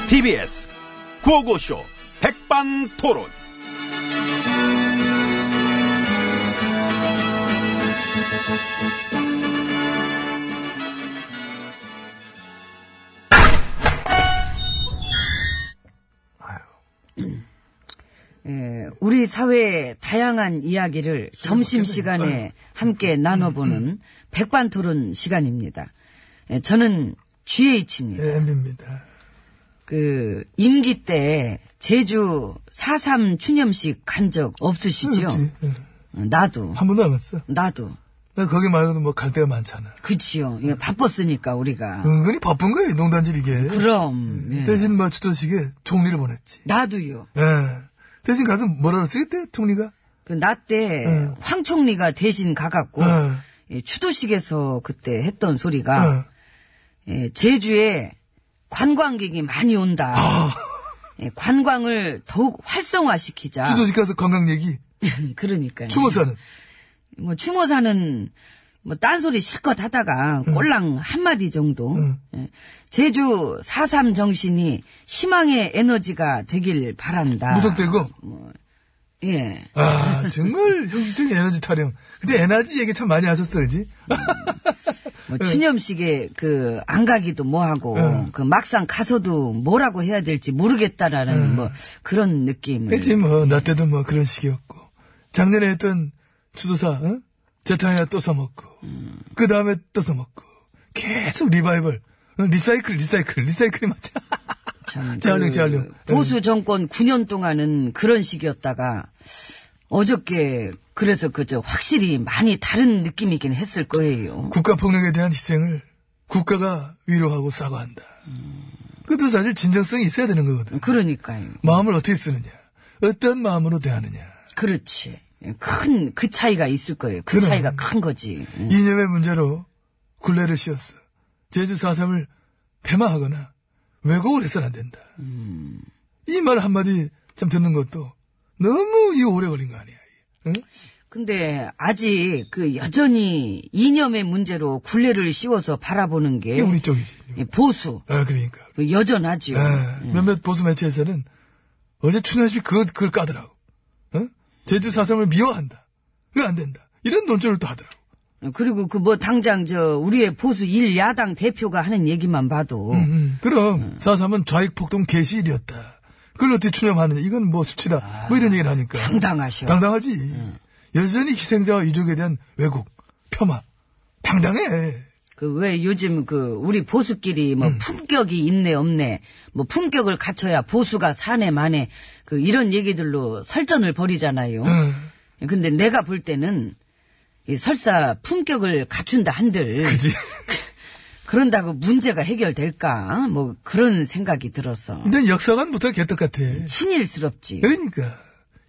[SPEAKER 6] TBS 구호고쇼 백반토론.
[SPEAKER 2] 예, 우리 사회의 다양한 이야기를 점심시간에 함께 나눠보는 백반토론 시간입니다. 예, 저는 GH입니다.
[SPEAKER 1] 네, 엠비입니다.
[SPEAKER 2] 그 임기 때 제주 4.3 추념식 간 적 없으시죠? 어, 나도
[SPEAKER 1] 예. 한 번도 안 왔어.
[SPEAKER 2] 나도
[SPEAKER 1] 나 거기 말고도 뭐 갈 데가 많잖아.
[SPEAKER 2] 그치요. 예, 바빴으니까 우리가
[SPEAKER 1] 은근히 바쁜 거야, 이 농단질 이게.
[SPEAKER 2] 음. 그럼 예,
[SPEAKER 1] 대신 뭐 추천식에 총리를 보냈지.
[SPEAKER 2] 나도요.
[SPEAKER 1] 예. 대신 가서 뭐라 그랬어, 그때 총리가?
[SPEAKER 2] 그 나 때
[SPEAKER 1] 응.
[SPEAKER 2] 황 총리가 대신 가갖고
[SPEAKER 1] 응.
[SPEAKER 2] 예, 추도식에서 그때 했던 소리가
[SPEAKER 1] 응. 네.
[SPEAKER 2] 예, 제주에 관광객이 많이
[SPEAKER 1] 아.
[SPEAKER 2] 온다. 예, 관광을 더욱 활성화시키자.
[SPEAKER 1] 주도식 가서 관광 얘기.
[SPEAKER 2] 그러니까요.
[SPEAKER 1] 추모사는.
[SPEAKER 2] 뭐 추모사는 뭐 딴소리 실컷 하다가
[SPEAKER 1] 네.
[SPEAKER 2] 꼴랑 한마디 정도. 예. 제주 4.3 정신이 희망의 에너지가 되길 바란다.
[SPEAKER 1] 무턱대고.
[SPEAKER 2] 예.
[SPEAKER 1] 아, 정말 형식적인 에너지 타령. 근데 에너지 얘기 참 많이 하셨어, 그지?
[SPEAKER 2] 뭐 추념식에 그 안 가기도 뭐하고 그 막상 가서도 뭐라고 해야 될지 모르겠다라는 뭐 그런 느낌을
[SPEAKER 1] 그지, 뭐, 나 때도 뭐 그런 식이었고. 작년에 했던 주도사, 어? 재탕이나 또 써먹고. 그 다음에 또 써먹고. 계속 리바이벌. 어, 리사이클, 리사이클, 리사이클이 맞아.
[SPEAKER 2] 참
[SPEAKER 1] 재활용,
[SPEAKER 2] 그
[SPEAKER 1] 재활용.
[SPEAKER 2] 보수 정권 9년 동안은 그런 식이었다가 어저께 그래서 그저 확실히 많이 다른 느낌이긴 했을 거예요.
[SPEAKER 1] 국가폭력에 대한 희생을 국가가 위로하고 사과한다. 그것도 사실 진정성이 있어야 되는 거거든.
[SPEAKER 2] 그러니까요.
[SPEAKER 1] 마음을 어떻게 쓰느냐. 어떤 마음으로 대하느냐.
[SPEAKER 2] 그렇지. 큰 그 차이가 있을 거예요. 그
[SPEAKER 1] 그럼.
[SPEAKER 2] 차이가 큰 거지. 응.
[SPEAKER 1] 이념의 문제로 굴레를 씌웠어. 제주 4.3을 폐마하거나 왜곡을 해서는 안 된다. 음. 이 말 한마디 참 듣는 것도 너무 이 오래 걸린 거 아니야. 응?
[SPEAKER 2] 근데 아직 그 여전히 이념의 문제로 굴레를 씌워서 바라보는 게
[SPEAKER 1] 이게 우리 쪽이지.
[SPEAKER 2] 이 보수
[SPEAKER 1] 아, 그러니까.
[SPEAKER 2] 그 여전하죠.
[SPEAKER 1] 아, 몇몇 보수 매체에서는 어제 춘현씨 그걸, 그걸 까더라고. 어? 제주 4.3을 미워한다. 그거 안 된다. 이런 논조를 또 하더라고.
[SPEAKER 2] 그리고 그 뭐 당장 저 우리의 보수 일 야당 대표가 하는 얘기만 봐도
[SPEAKER 1] 음, 그럼 4.3은 좌익 폭동 개시일이었다. 그걸 어떻게 추념하느냐. 이건 뭐 수치다. 뭐 이런 얘기를 하니까.
[SPEAKER 2] 당당하셔.
[SPEAKER 1] 예. 당당하지. 여전히 희생자와 유족에 대한 왜곡, 폄하. 당당해.
[SPEAKER 2] 그 왜 요즘 그 우리 보수끼리
[SPEAKER 1] 음.
[SPEAKER 2] 뭐 품격이 있네 없네 뭐 품격을 갖춰야 보수가 사네 마네 그 이런 얘기들로 설전을 벌이잖아요.
[SPEAKER 1] 응.
[SPEAKER 2] 근데 내가 볼 때는 이 설사 품격을 갖춘다 한들
[SPEAKER 1] 그지?
[SPEAKER 2] 그런다고 문제가 해결될까 뭐 그런 생각이 들어서
[SPEAKER 1] 근데 역사관부터 개떡 같아.
[SPEAKER 2] 친일스럽지.
[SPEAKER 1] 그러니까.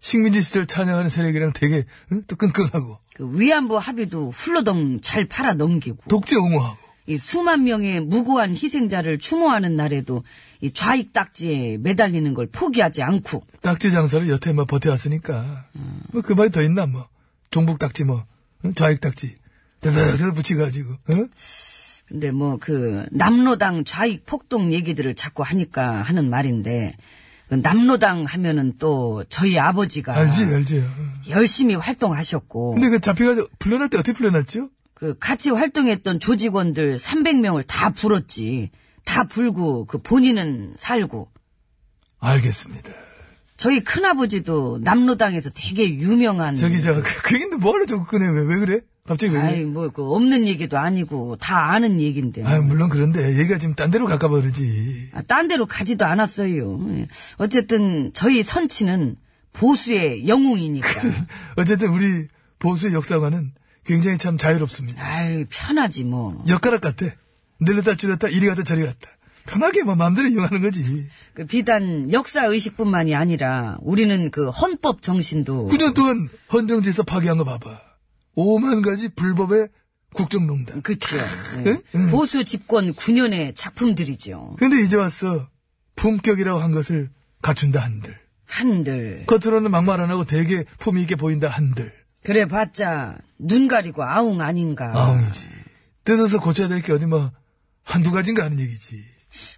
[SPEAKER 1] 식민지 시절 찬양하는 세력이랑 되게 응? 또 끈끈하고
[SPEAKER 2] 그 위안부 합의도 훌러덩 잘 팔아 넘기고
[SPEAKER 1] 독재 옹호하고
[SPEAKER 2] 이 수만 명의 무고한 희생자를 추모하는 날에도 이 좌익 딱지에 매달리는 걸 포기하지 않고
[SPEAKER 1] 딱지 장사를 여태만 뭐 버텨왔으니까 뭐 그 말이 더 있나 뭐 종북 딱지 뭐 응? 좌익 딱지 대대대 붙이가지고 응?
[SPEAKER 2] 근데 뭐 그 남로당 좌익 폭동 얘기들을 자꾸 하니까 하는 말인데 그 남로당 하면은 또 저희 아버지가
[SPEAKER 1] 알지 알지
[SPEAKER 2] 열심히 활동하셨고
[SPEAKER 1] 근데 그 잡혀가지고 풀려날 때 어떻게 풀려났죠?
[SPEAKER 2] 그 같이 활동했던 조직원들 300명을 다 불었지 다 불고 그 본인은 살고
[SPEAKER 1] 알겠습니다
[SPEAKER 2] 저희 큰아버지도 남로당에서 되게 유명한
[SPEAKER 1] 저기 저그 얘기인데 뭐하러 자꾸 꺼내 왜, 왜 그래? 갑자기 왜 그래?
[SPEAKER 2] 아이 뭐 그 없는 얘기도 아니고 다 아는 얘긴데
[SPEAKER 1] 아 물론 그런데 얘가 지금 딴 데로 갈까봐 그러지
[SPEAKER 2] 아, 딴 데로 가지도 않았어요. 예. 어쨌든 저희 선치는 보수의 영웅이니까.
[SPEAKER 1] 그, 어쨌든 우리 보수의 역사관은 굉장히 참 자유롭습니다
[SPEAKER 2] 아이 편하지 뭐.
[SPEAKER 1] 엿가락 같아 늘렸다 줄였다 이리 갔다 저리 갔다 편하게 뭐 마음대로 이용하는 거지
[SPEAKER 2] 그 비단 역사 의식뿐만이 아니라 우리는 그 헌법 정신도
[SPEAKER 1] 9년 동안 헌정지에서 파기한 거 봐봐. 5만 가지 불법의 국정농단.
[SPEAKER 2] 그치요. 예. 보수 집권 9년의 작품들이죠.
[SPEAKER 1] 근데 이제 와서 품격이라고 한 것을 갖춘다 한들.
[SPEAKER 2] 한들
[SPEAKER 1] 겉으로는 막말 안 하고 되게 품 있게 보인다 한들.
[SPEAKER 2] 그래봤자 눈 가리고 아웅 아닌가.
[SPEAKER 1] 아웅이지. 뜯어서 고쳐야 될 게 어디 뭐 한두 가지인가 하는 얘기지.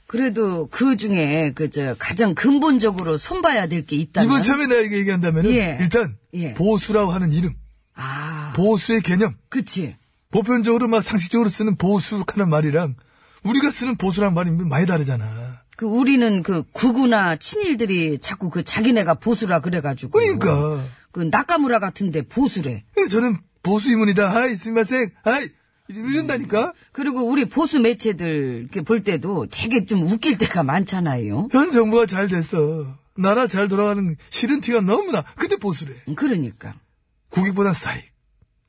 [SPEAKER 2] 그래도 그 중에 그저 가장 근본적으로 손봐야 될 게 있다면
[SPEAKER 1] 이번 참에 내가 이거 얘기한다면 은
[SPEAKER 2] 예.
[SPEAKER 1] 일단
[SPEAKER 2] 예.
[SPEAKER 1] 보수라고 하는 이름,
[SPEAKER 2] 아
[SPEAKER 1] 보수의 개념,
[SPEAKER 2] 그치.
[SPEAKER 1] 보편적으로 막 상식적으로 쓰는 보수하는 말이랑 우리가 쓰는 보수란 말이 뭐 많이 다르잖아.
[SPEAKER 2] 그 우리는 그 구구나 친일들이 자꾸 그 자기네가 보수라 그래가지고
[SPEAKER 1] 그러니까.
[SPEAKER 2] 그 나카무라 같은데 보수래.
[SPEAKER 1] 그래서 예, 저는 보수 이문이다. 하이, 스미마셍. 하이. 이런다니까?
[SPEAKER 2] 그리고 우리 보수 매체들 이렇게 볼 때도 되게 좀 웃길 때가 많잖아요.
[SPEAKER 1] 현 정부가 잘 됐어. 나라 잘 돌아가는 싫은 티가 너무나. 근데 보수래.
[SPEAKER 2] 그러니까.
[SPEAKER 1] 국익보단 사익.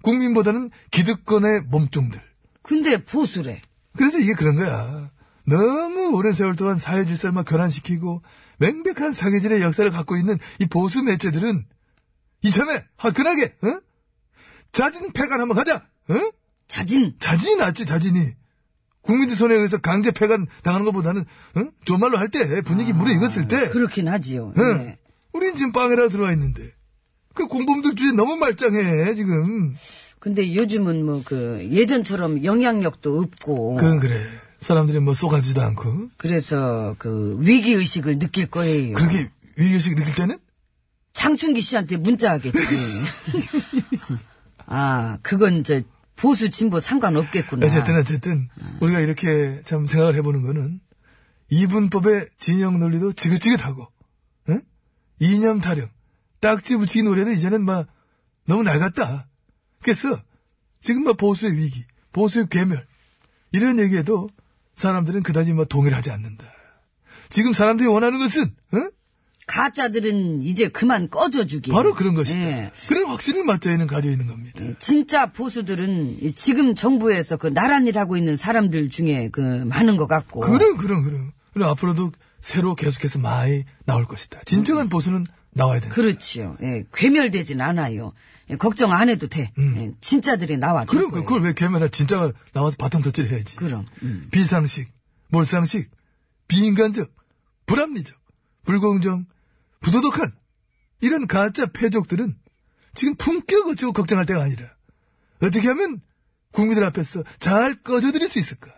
[SPEAKER 1] 국민보다는 기득권의 몸종들.
[SPEAKER 2] 근데 보수래.
[SPEAKER 1] 그래서 이게 그런 거야. 너무 오랜 세월 동안 사회 질서를 막 교란시키고 맹백한 사기질의 역사를 갖고 있는 이 보수 매체들은 이참에 화끈하게 어? 자진 폐간 한번 가자 어?
[SPEAKER 2] 자진.
[SPEAKER 1] 자진이 낫지 자진이 국민들 손에 의해서 강제 폐간 당하는 것보다는 어? 조말로 할 때 분위기 물에 익었을 때
[SPEAKER 2] 그렇긴 하지요.
[SPEAKER 1] 응.
[SPEAKER 2] 예.
[SPEAKER 1] 우린 지금 빵이라 들어와 있는데. 그 공범들 주제 너무 말짱해, 지금.
[SPEAKER 2] 근데 요즘은 뭐 그 예전처럼 영향력도 없고
[SPEAKER 1] 그건 그래. 사람들이 뭐 쏘가지도 않고.
[SPEAKER 2] 그... 래서그 위기 의식을 느낄 거예요.
[SPEAKER 1] 그렇게 위기의식 느낄 때는?
[SPEAKER 2] 장충기 씨한테 문자하겠지. 아 그건 이제 보수 진보 상관없겠구나.
[SPEAKER 1] 어쨌든, 어쨌든, 우리가 이렇게 참 생각을 해보는 거는, 이분법의 진영 논리도 지긋지긋하고, 응? 이념 타령, 딱지 붙이기 노래도 이제는 막, 너무 낡았다. 그래서, 지금 막 보수의 위기, 보수의 괴멸, 이런 얘기에도 사람들은 그다지 막 동의하지 를 않는다. 지금 사람들이 원하는 것은, 응?
[SPEAKER 2] 가짜들은 이제 그만 꺼져주기.
[SPEAKER 1] 바로 그런 것이다.
[SPEAKER 2] 예.
[SPEAKER 1] 그런 확신을 맞자에는 가지고 있는 겁니다.
[SPEAKER 2] 진짜 보수들은 이 지금 정부에서 그 나란 일 하고 있는 사람들 중에 그 많은 것 같고.
[SPEAKER 1] 그럼, 그럼, 그럼. 그럼 앞으로도 새로 계속해서 많이 나올 것이다. 진정한 보수는 나와야 된다.
[SPEAKER 2] 그렇지요. 예, 괴멸되진 않아요. 예, 걱정 안 해도 돼. 예, 진짜들이 나와.
[SPEAKER 1] 음. 그럼, 그- 그걸 왜 괴멸해? 진짜가 나와서 바통 터치를 해야지.
[SPEAKER 2] 그럼. 음.
[SPEAKER 1] 비상식, 몰상식, 비인간적, 불합리적, 불공정, 부도덕한 이런 가짜 패족들은 지금 품격 어쩌고 걱정할 때가 아니라 어떻게 하면 국민들 앞에서 잘 꺼져드릴 수 있을까?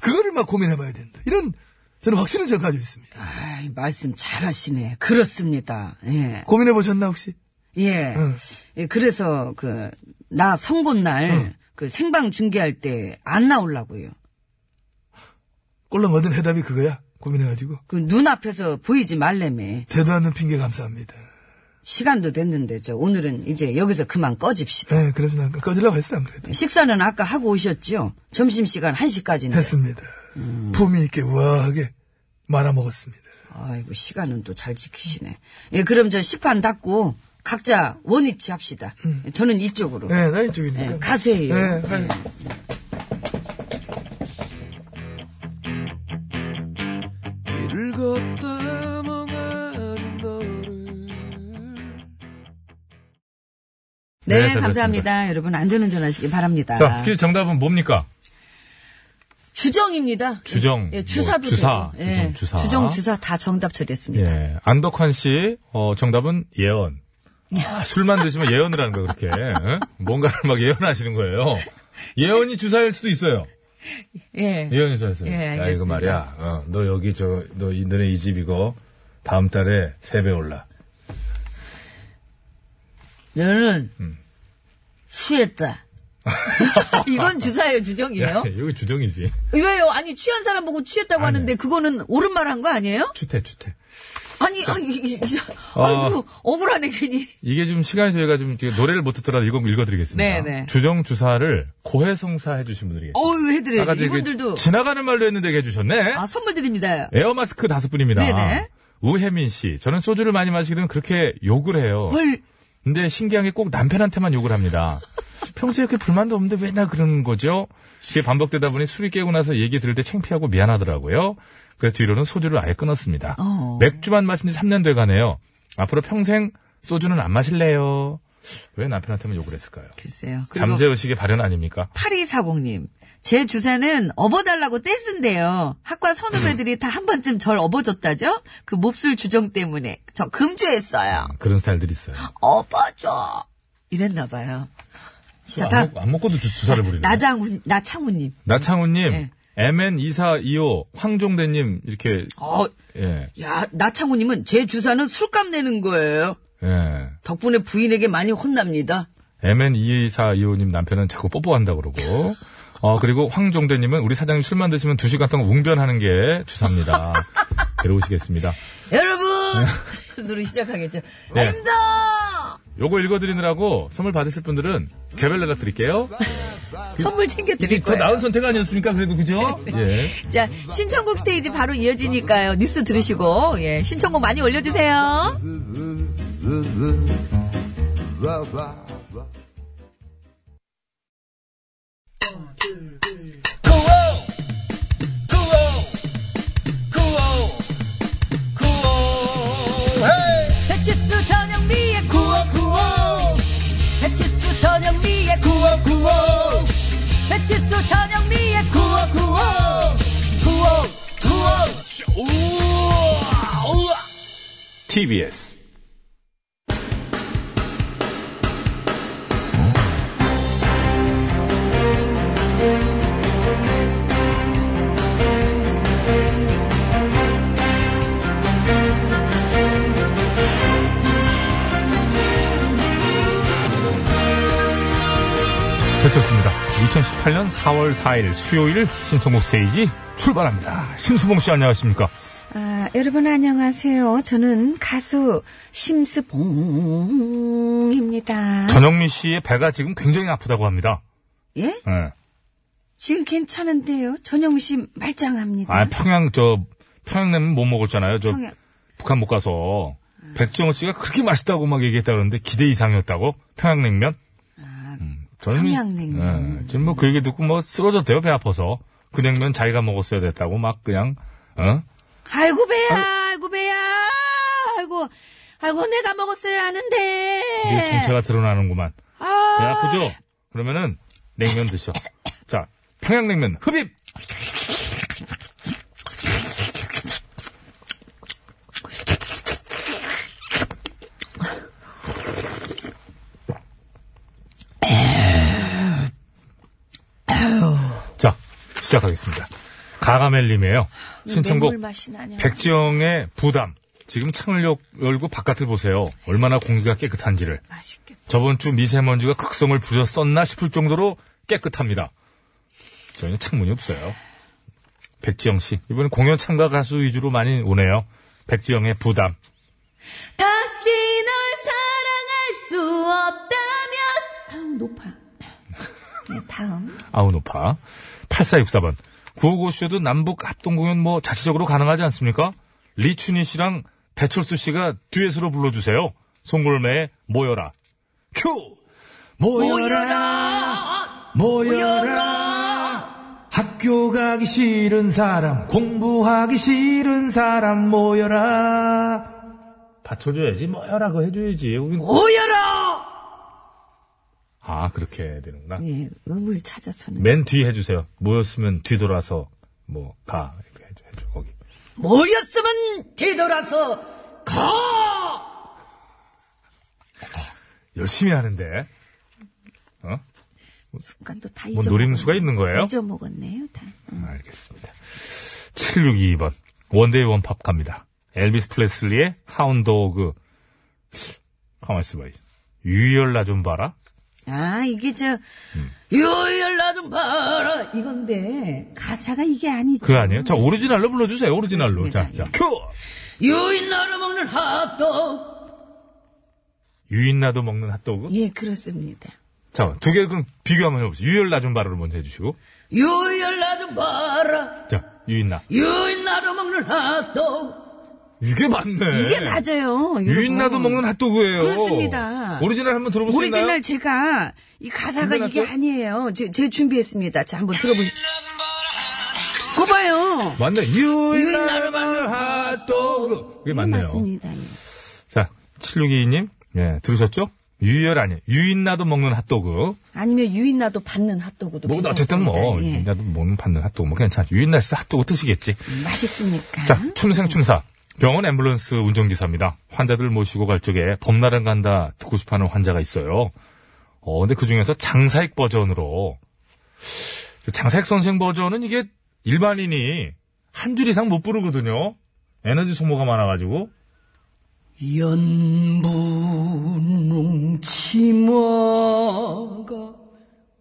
[SPEAKER 1] 그거를 막 고민해봐야 된다. 이런 저는 확신을 저 가지고 있습니다.
[SPEAKER 2] 아이, 말씀 잘하시네. 그렇습니다. 예.
[SPEAKER 1] 고민해보셨나 혹시? 어.
[SPEAKER 2] 예.
[SPEAKER 1] 응.
[SPEAKER 2] 예, 그래서 그 나 선고날
[SPEAKER 1] 네.
[SPEAKER 2] 그 생방 중계할 때 안 나오려고요.
[SPEAKER 1] 꼴랑 얻은 해답이 그거야. 고민해가지고.
[SPEAKER 2] 그 눈앞에서 보이지 말래매.
[SPEAKER 1] 대도 않는 핑계 감사합니다.
[SPEAKER 2] 시간도 됐는데 저 오늘은 이제 여기서 그만 꺼집시다.
[SPEAKER 1] 예, 그래서 난 꺼지려고 했어, 안 그래도.
[SPEAKER 2] 식사는 아까 하고 오셨죠? 점심시간 1시까지인데.
[SPEAKER 1] 했습니다. 품위 있게 우아하게 말아먹었습니다.
[SPEAKER 2] 아이고, 시간은 또 잘 지키시네. 예, 그럼 저 시판 닫고 각자 원위치 합시다. 예, 저는 이쪽으로.
[SPEAKER 1] 음. 네, 나 이쪽이니까.
[SPEAKER 2] 예, 가세요.
[SPEAKER 1] 네, 가요.
[SPEAKER 4] 네,
[SPEAKER 2] 네,
[SPEAKER 4] 잘
[SPEAKER 2] 감사합니다. 여러분 안전운전 하시기 바랍니다.
[SPEAKER 4] 자, 퀴즈 정답은 뭡니까?
[SPEAKER 2] 주정입니다.
[SPEAKER 4] 주정,
[SPEAKER 2] 예, 주사도
[SPEAKER 4] 뭐, 주사,
[SPEAKER 2] 되고. 예,
[SPEAKER 4] 주정, 주사.
[SPEAKER 2] 주정, 주사 다 정답 처리했습니다.
[SPEAKER 4] 예. 안덕환 씨, 어, 정답은 예언. 아, 술만 드시면 예언을 하는 거야, 그렇게. 응? 뭔가를 막 예언하시는 거예요. 예언이 주사일 수도 있어요.
[SPEAKER 2] 예.
[SPEAKER 4] 예언이 주사였어요.
[SPEAKER 2] 예,
[SPEAKER 4] 야,
[SPEAKER 2] 알겠습니다.
[SPEAKER 4] 이거 말이야. 어, 너 여기 저, 너, 이, 너네 이 집 이거 다음 달에 세 배 올라.
[SPEAKER 2] 너는
[SPEAKER 4] 음.
[SPEAKER 2] 취했다. 이건 주사예요, 주정이에요?
[SPEAKER 4] 여기 주정이지.
[SPEAKER 2] 왜요? 아니 취한 사람 보고 취했다고
[SPEAKER 4] 아니요.
[SPEAKER 2] 하는데 그거는 옳은 말 한 거 아니에요?
[SPEAKER 4] 추태, 추태.
[SPEAKER 2] 아니, 아니, 이- 이-
[SPEAKER 4] 어.
[SPEAKER 2] 아이고 억울하네 괜히.
[SPEAKER 4] 이게 좀 시간이 저희가 좀 지금 노래를 못 듣더라도 읽어, 읽어드리겠습니다.
[SPEAKER 2] 네, 네.
[SPEAKER 4] 주정 주사를 고해성사 해주신 분들이 계세요.
[SPEAKER 2] 어우 해드려요.
[SPEAKER 4] 저기
[SPEAKER 2] 이분들도
[SPEAKER 4] 지나가는 말로 했는데 해주셨네.
[SPEAKER 2] 아 선물 드립니다.
[SPEAKER 4] 에어 마스크 다섯 분입니다.
[SPEAKER 2] 네네.
[SPEAKER 4] 우혜민 씨, 저는 소주를 많이 마시게 되면 그렇게 욕을 해요.
[SPEAKER 2] 헐.
[SPEAKER 4] 근데 신기한 게 꼭 남편한테만 욕을 합니다. 평소에 그렇게 불만도 없는데 왜 나 그러는 거죠? 그게 반복되다 보니 술이 깨고 나서 얘기 들을 때 창피하고 미안하더라고요. 그래서 뒤로는 소주를 아예 끊었습니다.
[SPEAKER 2] 어.
[SPEAKER 4] 맥주만 마신 지 3년 돼가네요. 앞으로 평생 소주는 안 마실래요? 왜 남편한테만 욕을 했을까요?
[SPEAKER 2] 글쎄요. 그리고
[SPEAKER 4] 잠재의식의 발현 아닙니까?
[SPEAKER 2] 8240님. 제 주사는 업어달라고 떼쓴대요. 학과 선후배들이 다 한 번쯤 절 업어줬다죠? 그 몹쓸 주정 때문에. 저 금주했어요.
[SPEAKER 4] 그런 스타일들이 있어요.
[SPEAKER 2] 업어줘. 이랬나봐요.
[SPEAKER 4] 술
[SPEAKER 2] 다-
[SPEAKER 4] 안, 먹, 안 먹고도 주- 주사를 부리는
[SPEAKER 2] 나장훈, 나창훈님.
[SPEAKER 4] 나창훈님,
[SPEAKER 2] 예.
[SPEAKER 4] MN2425, 황종대님, 이렇게,
[SPEAKER 2] 어,
[SPEAKER 4] 예,
[SPEAKER 2] 야, 나창훈님은 제 주사는 술값 내는 거예요.
[SPEAKER 4] 예.
[SPEAKER 2] 덕분에 부인에게 많이 혼납니다.
[SPEAKER 4] MN2425님 남편은 자꾸 뽀뽀한다고 그러고, 어, 그리고 황종대님은 우리 사장님 술만 드시면 두 시간 동안 웅변하는 게 주사입니다. 괴로우시겠습니다.
[SPEAKER 2] 여러분! 노래 시작하겠죠.
[SPEAKER 4] 네.
[SPEAKER 2] 힘들어!
[SPEAKER 4] 요거 읽어드리느라고 선물 받으실 분들은 개별 연락 드릴게요.
[SPEAKER 2] 선물 챙겨드릴
[SPEAKER 4] 이게 더
[SPEAKER 2] 거예요. 네.
[SPEAKER 4] 나은 선택 아니었습니까? 그래도 그죠? 예.
[SPEAKER 2] 자, 신청곡 스테이지 바로 이어지니까요. 뉴스 들으시고, 예, 신청곡 많이 올려주세요. 배치수 전영미의 구호 구호
[SPEAKER 7] TBS
[SPEAKER 4] 배쳤습니다. 2018년 4월 4일 수요일 신청곡 스테이지 출발합니다. 심수봉 씨 안녕하십니까?
[SPEAKER 2] 아, 여러분 안녕하세요. 저는 가수 심스봉입니다.
[SPEAKER 4] 전영미 씨의 배가 지금 굉장히 아프다고 합니다.
[SPEAKER 2] 예?
[SPEAKER 4] 예.
[SPEAKER 2] 지금 괜찮은데요. 전영미 씨 말짱합니다.
[SPEAKER 4] 아, 평양, 저, 평양냉면 못 먹었잖아요. 저,
[SPEAKER 2] 네. 평양-
[SPEAKER 4] 북한 못 가서. 백종원 씨가 그렇게 맛있다고 막 얘기했다 그러는데 기대 이상이었다고? 평양냉면? 음, 저는-
[SPEAKER 2] 아, 평양냉면.
[SPEAKER 4] 예, 지금 뭐 그 얘기 듣고 뭐 쓰러졌대요, 배 아파서. 그 냉면 자기가 먹었어야 됐다고 막 그냥, 어?
[SPEAKER 2] 아이고 배야, 아이고 배야, 아이고, 아이고 내가 먹었어야 하는데.
[SPEAKER 4] 이게 정체가 드러나는구만. 배
[SPEAKER 2] 아,
[SPEAKER 4] 아프죠? 그러면은 냉면 드셔. 자, 평양냉면 흡입. 자, 시작하겠습니다. 가가멜님이에요. 신청곡
[SPEAKER 2] 맹물 맛이 나냐.
[SPEAKER 4] 백지영의 부담. 지금 창을 열- 열고 바깥을 보세요. 얼마나 공기가 깨끗한지를.
[SPEAKER 2] 맛있겠다.
[SPEAKER 4] 저번 주 미세먼지가 극성을 부렸었나 싶을 정도로 깨끗합니다. 저희는 창문이 없어요. 백지영 씨. 이번에 공연 참가 가수 위주로 많이 오네요. 백지영의 부담.
[SPEAKER 2] 다시 널 사랑할 수 없다면 다음 높아. 네, 다음.
[SPEAKER 4] 아우노파. 8464번. 955쇼도 남북 합동공연 뭐 자체적으로 가능하지 않습니까? 리춘희 씨랑 배철수 씨가 듀엣으로 불러주세요. 송골매의 모여라. 큐!
[SPEAKER 8] 모여라, 모여라. 학교 가기 싫은 사람, 공부하기 싫은 사람 모여라.
[SPEAKER 4] 받쳐줘야지. 모여라고 해줘야지. 우린-
[SPEAKER 3] 오여라!
[SPEAKER 4] 아, 그렇게 해야 되는구나.
[SPEAKER 3] 예, 음을 찾아서는.
[SPEAKER 4] 맨 뒤 해주세요. 모였으면 뒤돌아서 뭐 가. 이렇게 해줘, 해줘 거기.
[SPEAKER 3] 모였으면 뒤돌아서 가!
[SPEAKER 4] 열심히 하는데
[SPEAKER 2] 순간 또다
[SPEAKER 4] 뭐
[SPEAKER 2] 잊어먹었네.
[SPEAKER 4] 노리는 수가 있는 거예요?
[SPEAKER 2] 잊어먹었네요, 다.
[SPEAKER 8] 음.
[SPEAKER 4] 알겠습니다. 7622번 원데이 원팝 갑니다. 엘비스 플레슬리의 하운도그 가만 있어봐. 유열나 좀 봐라.
[SPEAKER 2] 아, 이게 저,
[SPEAKER 4] 음.
[SPEAKER 3] 요일 나좀 봐라! 이건데.
[SPEAKER 2] 가사가 이게 아니죠.
[SPEAKER 4] 그거 아니에요? 자 오리지널로 불러주세요. 오리지널로. 자,
[SPEAKER 2] 그렇습니다. 예.
[SPEAKER 4] 자 큐.
[SPEAKER 3] 요일 나를 먹는 핫도그!
[SPEAKER 4] 유인나도 먹는 핫도그.
[SPEAKER 2] 예, 그렇습니다.
[SPEAKER 4] 자 두 개 그럼 비교 한번 해보세요. 유열나 좀 봐라를 먼저 해주시고.
[SPEAKER 3] 요일 나좀 봐라!
[SPEAKER 4] 자 유인나.
[SPEAKER 3] 요일 나를 먹는 핫도그!
[SPEAKER 4] 이게 맞네.
[SPEAKER 2] 이게 맞아요.
[SPEAKER 4] 유인나도
[SPEAKER 2] 여러분.
[SPEAKER 4] 먹는 핫도그예요.
[SPEAKER 2] 그렇습니다.
[SPEAKER 4] 오리지널 한번 들어볼 수 있나요?
[SPEAKER 2] 오리지널 제가 이 가사가 이게
[SPEAKER 4] 준비해놨어요?
[SPEAKER 2] 아니에요. 제, 제 준비했습니다. 자, 한번 들어보세요. 그 봐요.
[SPEAKER 4] 맞네. 유인나를 먹는 핫도그. 그게 맞네요.
[SPEAKER 2] 맞습니다. 예.
[SPEAKER 4] 자, 7622님. 예, 들으셨죠? 유열 아니에요. 유인나도 먹는 핫도그.
[SPEAKER 2] 아니면 유인나도 받는 핫도그도
[SPEAKER 4] 뭐, 어쨌든
[SPEAKER 2] 괜찮습니다.
[SPEAKER 4] 뭐,
[SPEAKER 2] 예.
[SPEAKER 4] 유인나도 먹는 받는 핫도그 뭐 괜찮지. 유인나 씨도 핫도그 드시겠지.
[SPEAKER 2] 음, 맛있으니까.
[SPEAKER 4] 자, 춤생춤사. 병원 앰뷸런스 운전기사입니다. 환자들 모시고 갈 적에 봄날은 간다 듣고 싶어 하는 환자가 있어요. 어, 근데 그 중에서 장사익 버전으로. 장사익 선생 버전은 이게 일반인이 한 줄 이상 못 부르거든요. 에너지 소모가 많아가지고.
[SPEAKER 3] 연분홍 치마가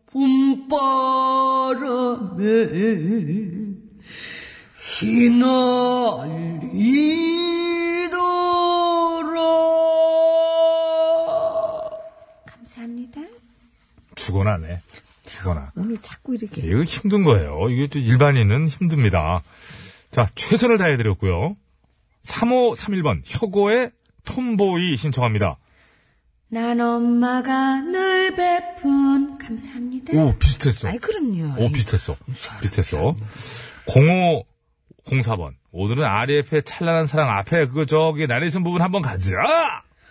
[SPEAKER 3] 봄바람에 휘날리더라
[SPEAKER 2] 감사합니다.
[SPEAKER 4] 죽어나네. 죽어나.
[SPEAKER 2] 오늘 자꾸 이렇게
[SPEAKER 4] 이거 힘든 거예요. 이게 또 일반인은 힘듭니다. 자, 최선을 다해드렸고요. 3531번, 혁오의 톰보이 신청합니다.
[SPEAKER 2] 난 엄마가 늘 베푼 감사합니다.
[SPEAKER 4] 오, 비슷했어.
[SPEAKER 2] 아이 그럼요.
[SPEAKER 4] 오, 비슷했어.
[SPEAKER 3] 음,
[SPEAKER 4] 비슷했어. 0504번. 오늘은 RF의 찬란한 사랑 앞에 그거 저기 나레이션 부분 한번 가자!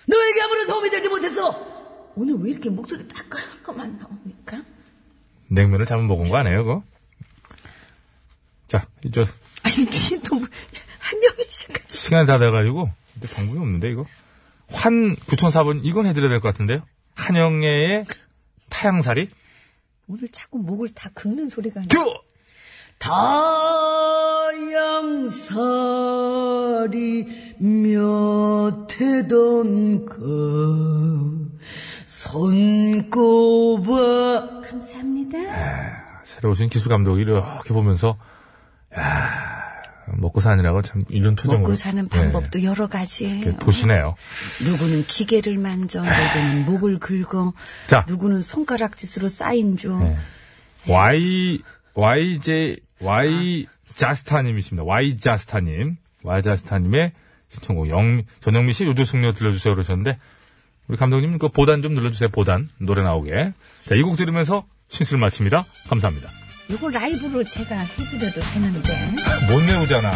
[SPEAKER 3] 너에게 아무런 도움이 되지 못했어 오늘 왜 이렇게 목소리 따끔하게만 나옵니까?
[SPEAKER 4] 냉면을 잘못 먹은 거 아니에요, 그거? 자, 이제
[SPEAKER 3] 아니 뒤에 또 뭐- 한영애 씨까지
[SPEAKER 4] 시간이 다 돼가지고 근데 방법이 없는데, 이거? 환 9004번, 이건 해드려야 될 것 같은데요? 한영애의 타양살이?
[SPEAKER 3] 오늘 자꾸 목을 다 긁는 소리가 나.
[SPEAKER 4] 큐!
[SPEAKER 2] 다양살이 몇 해던가 손꼽아
[SPEAKER 4] 네.
[SPEAKER 3] 감사합니다.
[SPEAKER 4] 새로 오신 기술 감독이 이렇게 보면서, 야 먹고 사느라고 참, 이런 표정으로. 예,
[SPEAKER 3] 먹고 사는 방법도 여러 가지예요.
[SPEAKER 4] 이렇게 도시네요.
[SPEAKER 3] 누구는 기계를 만져, 누구는 목을 긁어,
[SPEAKER 4] 자.
[SPEAKER 3] 누구는 손가락짓으로 쌓인 중.
[SPEAKER 4] 네. Y, YJ, Y 자스타님이십니다. Y 자스타님. Y 자스타님의 신청곡, 영, 전영미 씨 요조숙녀 들려주세요 그러셨는데, 우리 감독님 그 보단 좀 눌러주세요, 보단. 노래 나오게. 자, 이 곡 들으면서 신술 마칩니다. 감사합니다.
[SPEAKER 3] 이거 라이브로 제가 해드려도 되는데.
[SPEAKER 4] 못 내우잖아.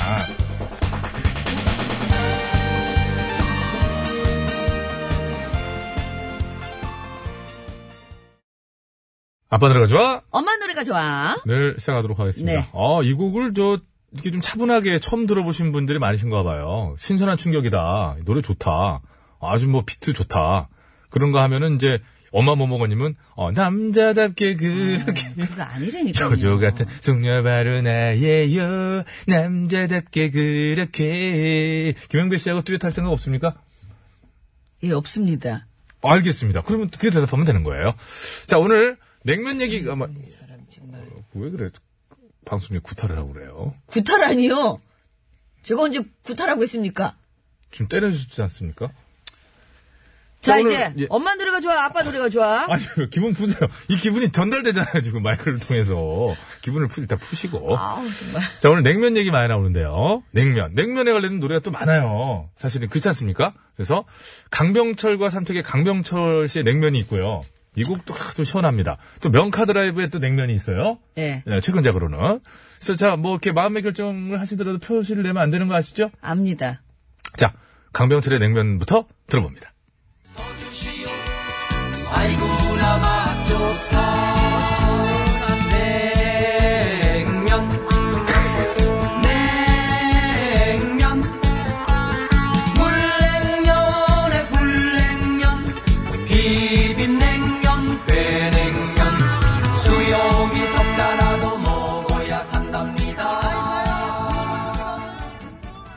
[SPEAKER 4] 아빠 노래가 좋아?
[SPEAKER 2] 엄마 노래가 좋아
[SPEAKER 4] 를 시작하도록 하겠습니다.
[SPEAKER 2] 네.
[SPEAKER 4] 아, 이 곡을 저, 이렇게 좀 차분하게 처음 들어보신 분들이 많으신가 봐요. 신선한 충격이다. 노래 좋다. 아주 뭐 비트 좋다. 그런가 하면은 이제, 엄마 모모거님은, 어, 남자답게 그렇게.
[SPEAKER 2] 그거 아니라니까
[SPEAKER 4] 조조 같은 숙녀 바로 나예요. 남자답게 그렇게. 김영배 씨하고 듀엣할 생각 없습니까?
[SPEAKER 2] 예 없습니다
[SPEAKER 4] 알겠습니다. 그러면 그게 대답하면 되는 거예요. 자, 오늘 냉면 얘기가 아마. 어, 왜 그래? 방송에 구타를 하고 그래요.
[SPEAKER 2] 구탈 아니요 제가 언제 구탈하고 있습니까
[SPEAKER 4] 지금 때려주지 않습니까?
[SPEAKER 2] 자,
[SPEAKER 4] 자, 오늘-
[SPEAKER 2] 이제
[SPEAKER 4] 예.
[SPEAKER 2] 엄마 노래가 좋아 아빠 노래가 좋아
[SPEAKER 4] 아니, 왜 기분 푸세요. 이 기분이 전달되잖아요, 지금 마이크를 통해서. 기분을 푸, 일단 푸시고.
[SPEAKER 2] 아우 정말
[SPEAKER 4] 자, 오늘 냉면 얘기 많이 나오는데요. 냉면. 냉면에 관련된 노래가 또 많아요. 사실은 그렇지 않습니까? 그래서 강병철과 삼척의 강병철 씨의 냉면이 있고요. 이 곡도 하, 좀 시원합니다. 또 명카드라이브에 또 냉면이 있어요.
[SPEAKER 2] 예
[SPEAKER 4] 네, 최근작으로는. 그래서 자, 뭐 이렇게 마음의 결정을 하시더라도 표시를 내면 안 되는 거 아시죠?
[SPEAKER 2] 압니다
[SPEAKER 4] 자, 강병철의 냉면부터 들어봅니다.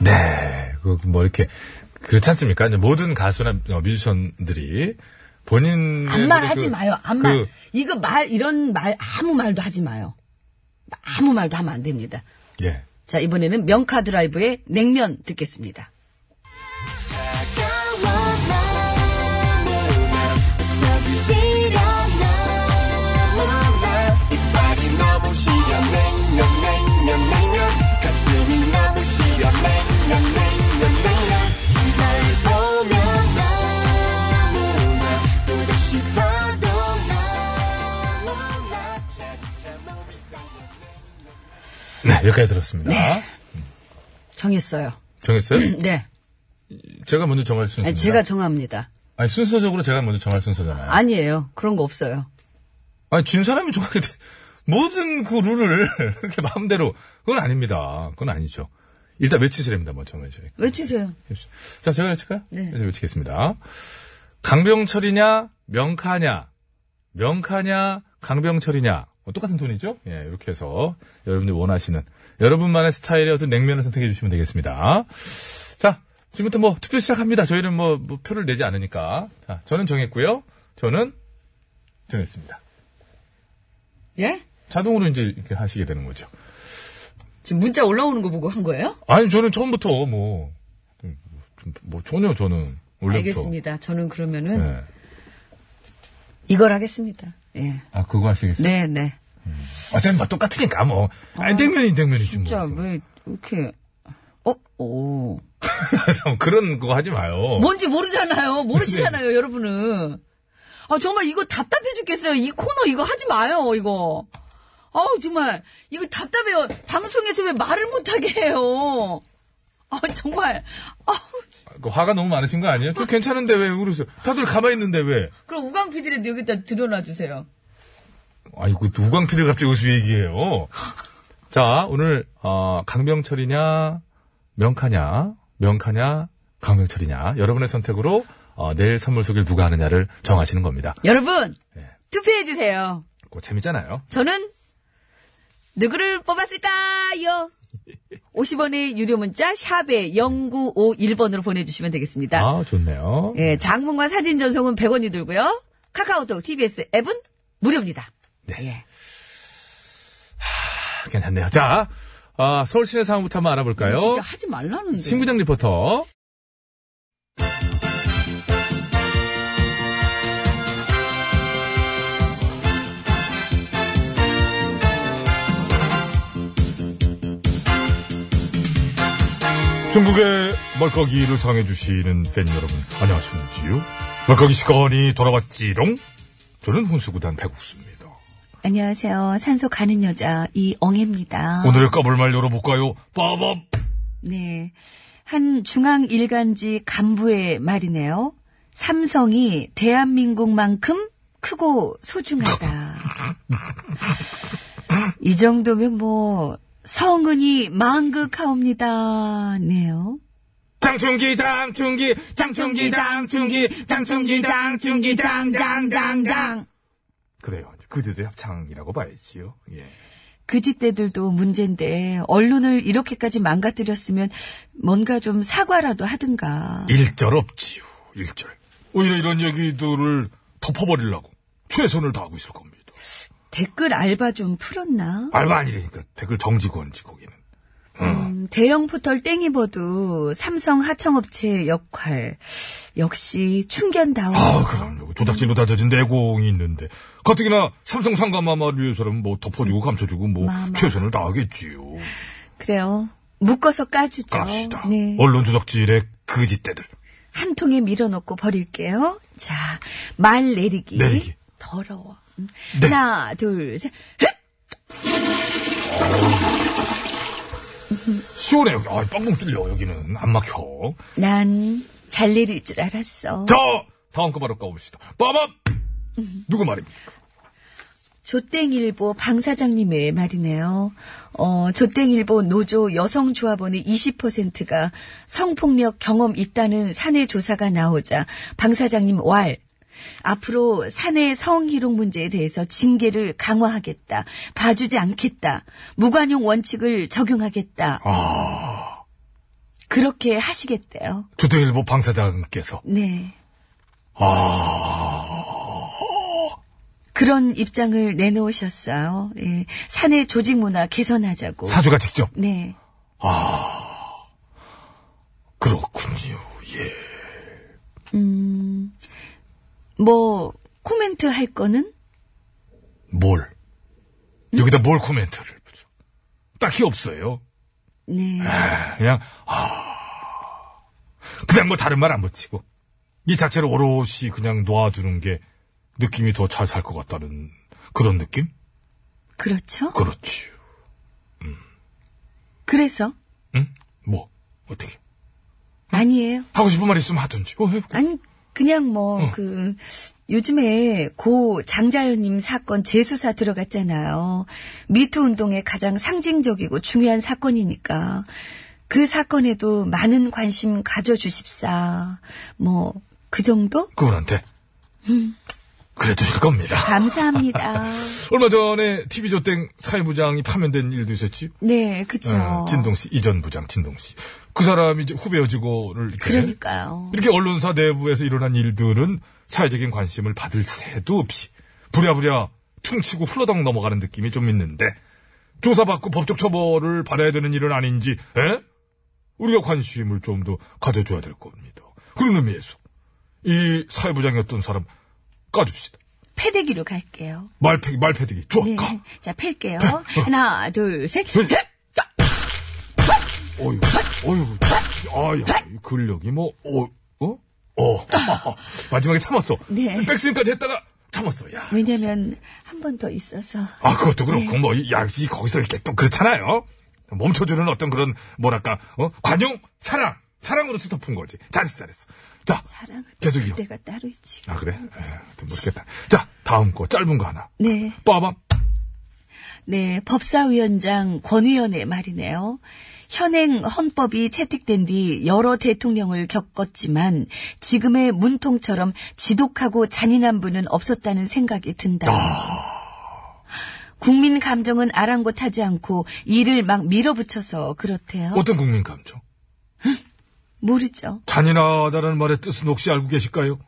[SPEAKER 4] 네, 그 뭐 이렇게 그렇지 않습니까? 이제 모든 가수나 어, 뮤지션들이 본인
[SPEAKER 2] 안말
[SPEAKER 4] 그,
[SPEAKER 2] 하지 마요 안말 이거 말 이런 말 아무 말도 하지 마요 아무 말도 하면 안 됩니다
[SPEAKER 4] 예.
[SPEAKER 2] 자, 이번에는 명카 드라이브의 냉면 듣겠습니다.
[SPEAKER 4] 네, 여기까지 들었습니다.
[SPEAKER 2] 정했어요.
[SPEAKER 4] 정했어요?
[SPEAKER 2] 네.
[SPEAKER 4] 제가 먼저 정할 순서.
[SPEAKER 2] 아니, 제가 정합니다.
[SPEAKER 4] 아니 순서적으로 제가 먼저 정할 순서잖아요. 아니,
[SPEAKER 2] 아니에요. 그런 거 없어요.
[SPEAKER 4] 진 사람이 정하게 돼. 모든 그 룰을 그렇게 마음대로 그건 아닙니다. 그건 아니죠. 일단 외치시랍니다. 먼저 먼저.
[SPEAKER 2] 외치세요.
[SPEAKER 4] 자, 제가 외칠까요?
[SPEAKER 2] 네.
[SPEAKER 4] 그래서 외치겠습니다. 강병철이냐, 명카냐, 명카냐, 강병철이냐. 어, 똑같은 톤이죠? 예, 이렇게 해서 여러분들이 원하시는 여러분만의 스타일의 어떤 냉면을 선택해 주시면 되겠습니다. 자, 지금부터 뭐 투표 시작합니다. 저희는 뭐, 뭐 표를 내지 않으니까. 자, 저는 정했고요. 저는 정했습니다.
[SPEAKER 2] 예?
[SPEAKER 4] 자동으로 이제 이렇게 하시게 되는 거죠.
[SPEAKER 2] 지금 문자 올라오는 거 보고 한 거예요?
[SPEAKER 4] 아니, 저는 처음부터 뭐, 음, 좀, 뭐 전혀 저는 원래부터.
[SPEAKER 2] 알겠습니다. 저는 그러면은
[SPEAKER 4] 예.
[SPEAKER 2] 이걸 하겠습니다. 예.
[SPEAKER 4] 아, 그거 하시겠어요?
[SPEAKER 2] 네, 네.
[SPEAKER 4] 어차피 뭐 똑같으니까 뭐. 아니, 냉면이 냉면이지 뭐.
[SPEAKER 2] 진짜 왜 이렇게 어? 오.
[SPEAKER 4] 참, 그런 거 하지 마요.
[SPEAKER 2] 뭔지 모르잖아요. 모르시잖아요, 여러분은. 아, 정말 이거 답답해 죽겠어요. 이 코너 이거 하지 마요, 이거. 아우, 정말. 이거 답답해요. 방송에서 왜 말을 못하게 해요. 아, 정말. 아
[SPEAKER 4] 그 화가 너무 많으신 거 아니에요? 그 괜찮은데 왜 울으세요? 다들 가만히 있는데 왜?
[SPEAKER 2] 그럼 우광 PD라도 여기다 들여놔주세요.
[SPEAKER 4] 아니, 그 우광 피디가 갑자기 무슨 얘기예요? 자, 오늘, 어, 강병철이냐, 명카냐, 명카냐, 강명철이냐 여러분의 선택으로 어, 내일 선물 소개를 누가 하느냐를 정하시는 겁니다.
[SPEAKER 9] 여러분
[SPEAKER 4] 네.
[SPEAKER 9] 투표해주세요.
[SPEAKER 4] 그거 재밌잖아요.
[SPEAKER 9] 저는 누구를 뽑았을까요? 50원의 유료 문자 샵에 0951번으로 보내주시면
[SPEAKER 2] 네.
[SPEAKER 9] 되겠습니다.
[SPEAKER 4] 아 좋네요.
[SPEAKER 9] 예, 장문과 사진 전송은 100원이 들고요. 카카오톡, TBS 앱은 무료입니다.
[SPEAKER 4] 네.
[SPEAKER 9] 예.
[SPEAKER 4] 아, 괜찮네요. 자 아, 서울 시내 상황부터 한번 알아볼까요?
[SPEAKER 2] 진짜 하지 말라는데.
[SPEAKER 4] 신구장 리포터. 중국의 말까기를 사랑해주시는 팬 여러분, 안녕하셨는지요? 말까기 시간이 돌아왔지롱? 저는 훈수구단 배국수입니다.
[SPEAKER 3] 안녕하세요. 산소 가는 여자 이엉입니다
[SPEAKER 4] 오늘의 까불말 열어볼까요? 빠밤!
[SPEAKER 3] 네. 한 중앙 일간지 간부의 말이네요. 삼성이 대한민국만큼 크고 소중하다. 이 정도면 뭐 성은이 망극하옵니다. 네요.
[SPEAKER 4] 장충기 장충기 장충기 장충기 장충기 장충기 장장장장 그래요 이제 그들의 합창이라고 봐야지요 예.
[SPEAKER 3] 그짓대들도 문제인데 언론을 이렇게까지 망가뜨렸으면 뭔가 좀 사과라도 하든가.
[SPEAKER 4] 일절 없지요 일절 오히려 이런 얘기들을 덮어버리려고 최선을 다하고 있을 겁니다
[SPEAKER 3] 댓글 알바 좀 풀었나?
[SPEAKER 4] 알바 아니라니까 댓글 정직원지 거기는
[SPEAKER 3] 음, 대형 포털 땡이버도 삼성 하청업체 역할 역시 충견다운.
[SPEAKER 4] 아 그럼요 조작진도 다져진 내공이 있는데 가뜩이나 삼성 상가마마를 위해서라면 뭐 덮어주고 감춰주고 뭐
[SPEAKER 3] 마마.
[SPEAKER 4] 최선을 다하겠지요
[SPEAKER 3] 그래요. 묶어서 까주죠.
[SPEAKER 4] 갑시다
[SPEAKER 3] 네.
[SPEAKER 4] 언론 조작질의 그짓대들
[SPEAKER 3] 한 통에 밀어넣고 버릴게요. 자, 말 내리기.
[SPEAKER 4] 내리기.
[SPEAKER 3] 더러워. 음.
[SPEAKER 4] 네.
[SPEAKER 3] 하나, 둘, 셋.
[SPEAKER 4] 시원해 여기. 아, 뻥뻥 뚫려 여기는 안 막혀.
[SPEAKER 3] 난 잘 내릴 줄 알았어.
[SPEAKER 4] 자 다음 거 바로 까봅시다. 빠밤. 누구 말입니까?
[SPEAKER 3] 조땡일보 방 사장님의 말이네요. 어, 조땡일보 노조 여성조합원의 20%가 성폭력 경험 있다는 사내 조사가 나오자 방 사장님 왈. 앞으로 사내 성희롱 문제에 대해서 징계를 강화하겠다. 봐주지 않겠다. 무관용 원칙을 적용하겠다. 그렇게 하시겠대요.
[SPEAKER 4] 조태일보 방사장께서
[SPEAKER 3] 네.
[SPEAKER 2] 아.
[SPEAKER 3] 그런 입장을 내놓으셨어요. 예. 사내 조직 문화 개선하자고.
[SPEAKER 4] 사주가 직접
[SPEAKER 3] 네.
[SPEAKER 4] 그렇군요. 예.
[SPEAKER 3] 뭐 코멘트 할 거는
[SPEAKER 4] 뭘 여기다 뭘 코멘트를 붙여? 딱히 없어요.
[SPEAKER 3] 네.
[SPEAKER 4] 아, 그냥 아 그냥 뭐 다른 말 안 붙이고 이 자체를 오롯이 그냥 놔두는 게 느낌이 더 잘 살 것 같다는 그런 느낌?
[SPEAKER 3] 그렇죠?
[SPEAKER 4] 그렇지요.
[SPEAKER 3] 그래서
[SPEAKER 4] 응? 뭐 어떻게?
[SPEAKER 3] 아니에요.
[SPEAKER 4] 하고 싶은 말 있으면 하든지. 어, 해볼게.
[SPEAKER 3] 아니 그냥 뭐 그 요즘에 고 장자연님 사건 재수사 들어갔잖아요. 미투 운동의 가장 상징적이고 중요한 사건이니까 그 사건에도 많은 관심 가져주십사. 뭐 그 정도?
[SPEAKER 4] 그분한테. 그래도 될 겁니다.
[SPEAKER 3] 감사합니다.
[SPEAKER 4] 얼마 전에 TV조땡 사회부장이 파면된 일도 있었지.
[SPEAKER 3] 네, 그쵸.
[SPEAKER 4] 어, 진동 씨, 이전 부장 진동 씨. 그 사람이 이제 후배 여직원을 이렇게.
[SPEAKER 3] 그러니까요.
[SPEAKER 4] 이렇게 언론사 내부에서 일어난 일들은 사회적인 관심을 받을 새도 없이 부랴부랴 퉁치고 훌러덩 넘어가는 느낌이 좀 있는데 조사받고 법적 처벌을 받아야 되는 일은 아닌지 에? 우리가 관심을 좀 더 가져줘야 될 겁니다. 그런 의미에서 이 사회부장이었던 사람 까줍시다.
[SPEAKER 3] 패대기로 갈게요.
[SPEAKER 4] 말패기 말패기 좋아
[SPEAKER 3] 네.
[SPEAKER 4] 가.
[SPEAKER 3] 자, 팰게요. 하나, 둘, 셋.
[SPEAKER 4] 네. 어유 어유 아야 이 근력이 뭐어어 어? 어. 마지막에 참았어.
[SPEAKER 3] 네.
[SPEAKER 4] 백스윙까지 했다가 참았어. 야.
[SPEAKER 3] 왜냐면, 한 번 더 있어서.
[SPEAKER 4] 아, 그것도
[SPEAKER 3] 네.
[SPEAKER 4] 그렇고, 뭐, 이 약이 거기서 이렇게 또 그렇잖아요? 멈춰주는 어떤 그런, 뭐랄까, 어? 관용? 사랑! 사랑으로서 덮은 거지. 잘했어, 잘했어. 자,
[SPEAKER 3] 사랑을
[SPEAKER 4] 계속
[SPEAKER 3] 할
[SPEAKER 4] 이어.
[SPEAKER 3] 때가 따로 있지.
[SPEAKER 4] 아, 그래? 에휴, 또 모르겠다. 자, 다음 거, 짧은 거 하나.
[SPEAKER 3] 네.
[SPEAKER 4] 빠밤.
[SPEAKER 3] 네, 법사위원장 권 의원의 말이네요.
[SPEAKER 10] 현행 헌법이 채택된 뒤 여러 대통령을 겪었지만 지금의 문통처럼 지독하고 잔인한 분은 없었다는 생각이 든다.
[SPEAKER 11] 아.
[SPEAKER 10] 국민 감정은 아랑곳하지 않고 이를 막 밀어붙여서 그렇대요.
[SPEAKER 11] 어떤 국민 감정?
[SPEAKER 10] 모르죠.
[SPEAKER 11] 잔인하다는 말의 뜻은 혹시 알고 계실까요?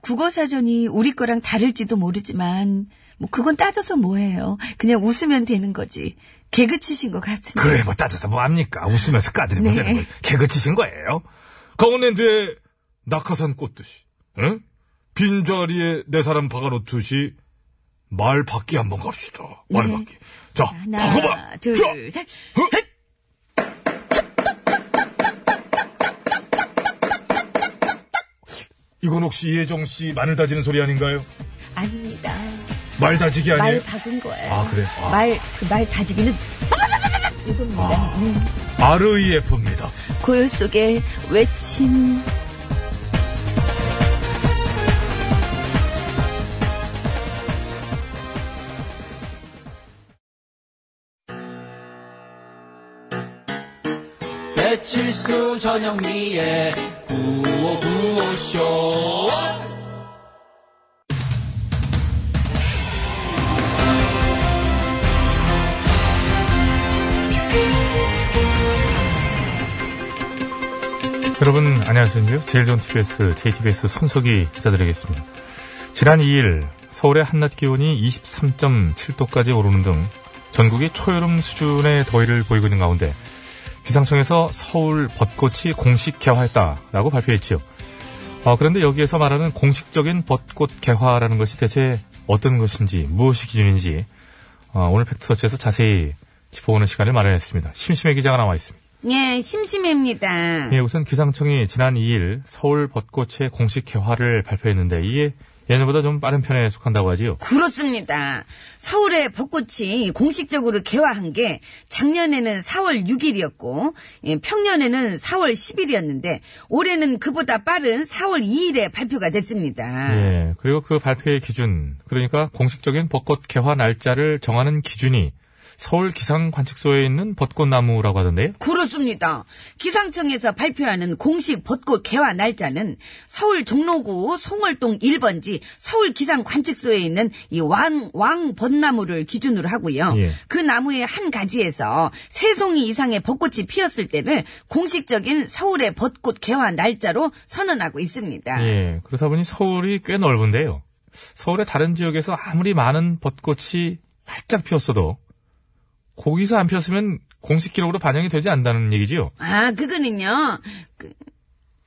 [SPEAKER 10] 국어사전이 우리 거랑 다를지도 모르지만 뭐 그건 따져서 뭐해요. 그냥 웃으면 되는 거지. 개그치신 것 같은데.
[SPEAKER 11] 그래, 뭐 따져서 뭐합니까? 웃으면서 까드리면
[SPEAKER 10] 네.
[SPEAKER 11] 되는 거예요. 개그치신 거예요. 거운의 뒤에 낙하산 꽂듯이, 응? 빈자리에 내 사람 박아놓듯이, 말 받기 한번 갑시다. 말
[SPEAKER 10] 네.
[SPEAKER 11] 받기. 자,
[SPEAKER 10] 하나,
[SPEAKER 11] 박아봐!
[SPEAKER 10] 둘,
[SPEAKER 11] 자,
[SPEAKER 10] 셋.
[SPEAKER 11] 이건 혹시 이혜정 씨 마늘 다지는 소리 아닌가요?
[SPEAKER 10] 아닙니다.
[SPEAKER 11] 말 다지기 아니에요?
[SPEAKER 10] 말 박은 거예요.
[SPEAKER 11] 아, 그래? 아.
[SPEAKER 10] 말, 그 말 다지기는
[SPEAKER 11] REF입니다.
[SPEAKER 10] 고요 속에 외침.
[SPEAKER 12] 배칠수 전영미의 구호 구호쇼.
[SPEAKER 4] 여러분 안녕하십니까? 제일 좋은 TBS, JTBS 손석희 기자드리겠습니다. 지난 2일 서울의 한낮 기온이 23.7도까지 오르는 등 전국이 초여름 수준의 더위를 보이고 있는 가운데 기상청에서 서울 벚꽃이 공식 개화했다라고 발표했지요. 어, 그런데 여기에서 말하는 공식적인 벚꽃 개화라는 것이 대체 어떤 것인지 무엇이 기준인지 어, 오늘 팩트서치에서 자세히 짚어보는 시간을 마련했습니다. 심심해 기자가 나와 있습니다.
[SPEAKER 13] 예, 심심해입니다.
[SPEAKER 4] 예, 우선 기상청이 지난 2일 서울 벚꽃의 공식 개화를 발표했는데 이게 예년보다 좀 빠른 편에 속한다고 하지요.
[SPEAKER 3] 그렇습니다. 서울의 벚꽃이 공식적으로 개화한 게 작년에는 4월 6일이었고 예, 평년에는 4월 10일이었는데 올해는 그보다 빠른 4월 2일에 발표가 됐습니다.
[SPEAKER 4] 예, 그리고 그 발표의 기준, 그러니까 공식적인 벚꽃 개화 날짜를 정하는 기준이 서울 기상 관측소에 있는 벚꽃나무라고 하던데요.
[SPEAKER 3] 그렇습니다. 기상청에서 발표하는 공식 벚꽃 개화 날짜는 서울 종로구 송월동 1번지 서울 기상 관측소에 있는 이 왕 왕 벚나무를 기준으로 하고요.
[SPEAKER 4] 예.
[SPEAKER 3] 그 나무의 한 가지에서 세 송이 이상의 벚꽃이 피었을 때를 공식적인 서울의 벚꽃 개화 날짜로 선언하고 있습니다.
[SPEAKER 4] 예, 그렇다 보니 서울이 꽤 넓은데요. 서울의 다른 지역에서 아무리 많은 벚꽃이 활짝 피었어도 거기서 안 피었으면 공식 기록으로 반영이 되지 않는다는 얘기지요.
[SPEAKER 3] 아, 그거는요. 그,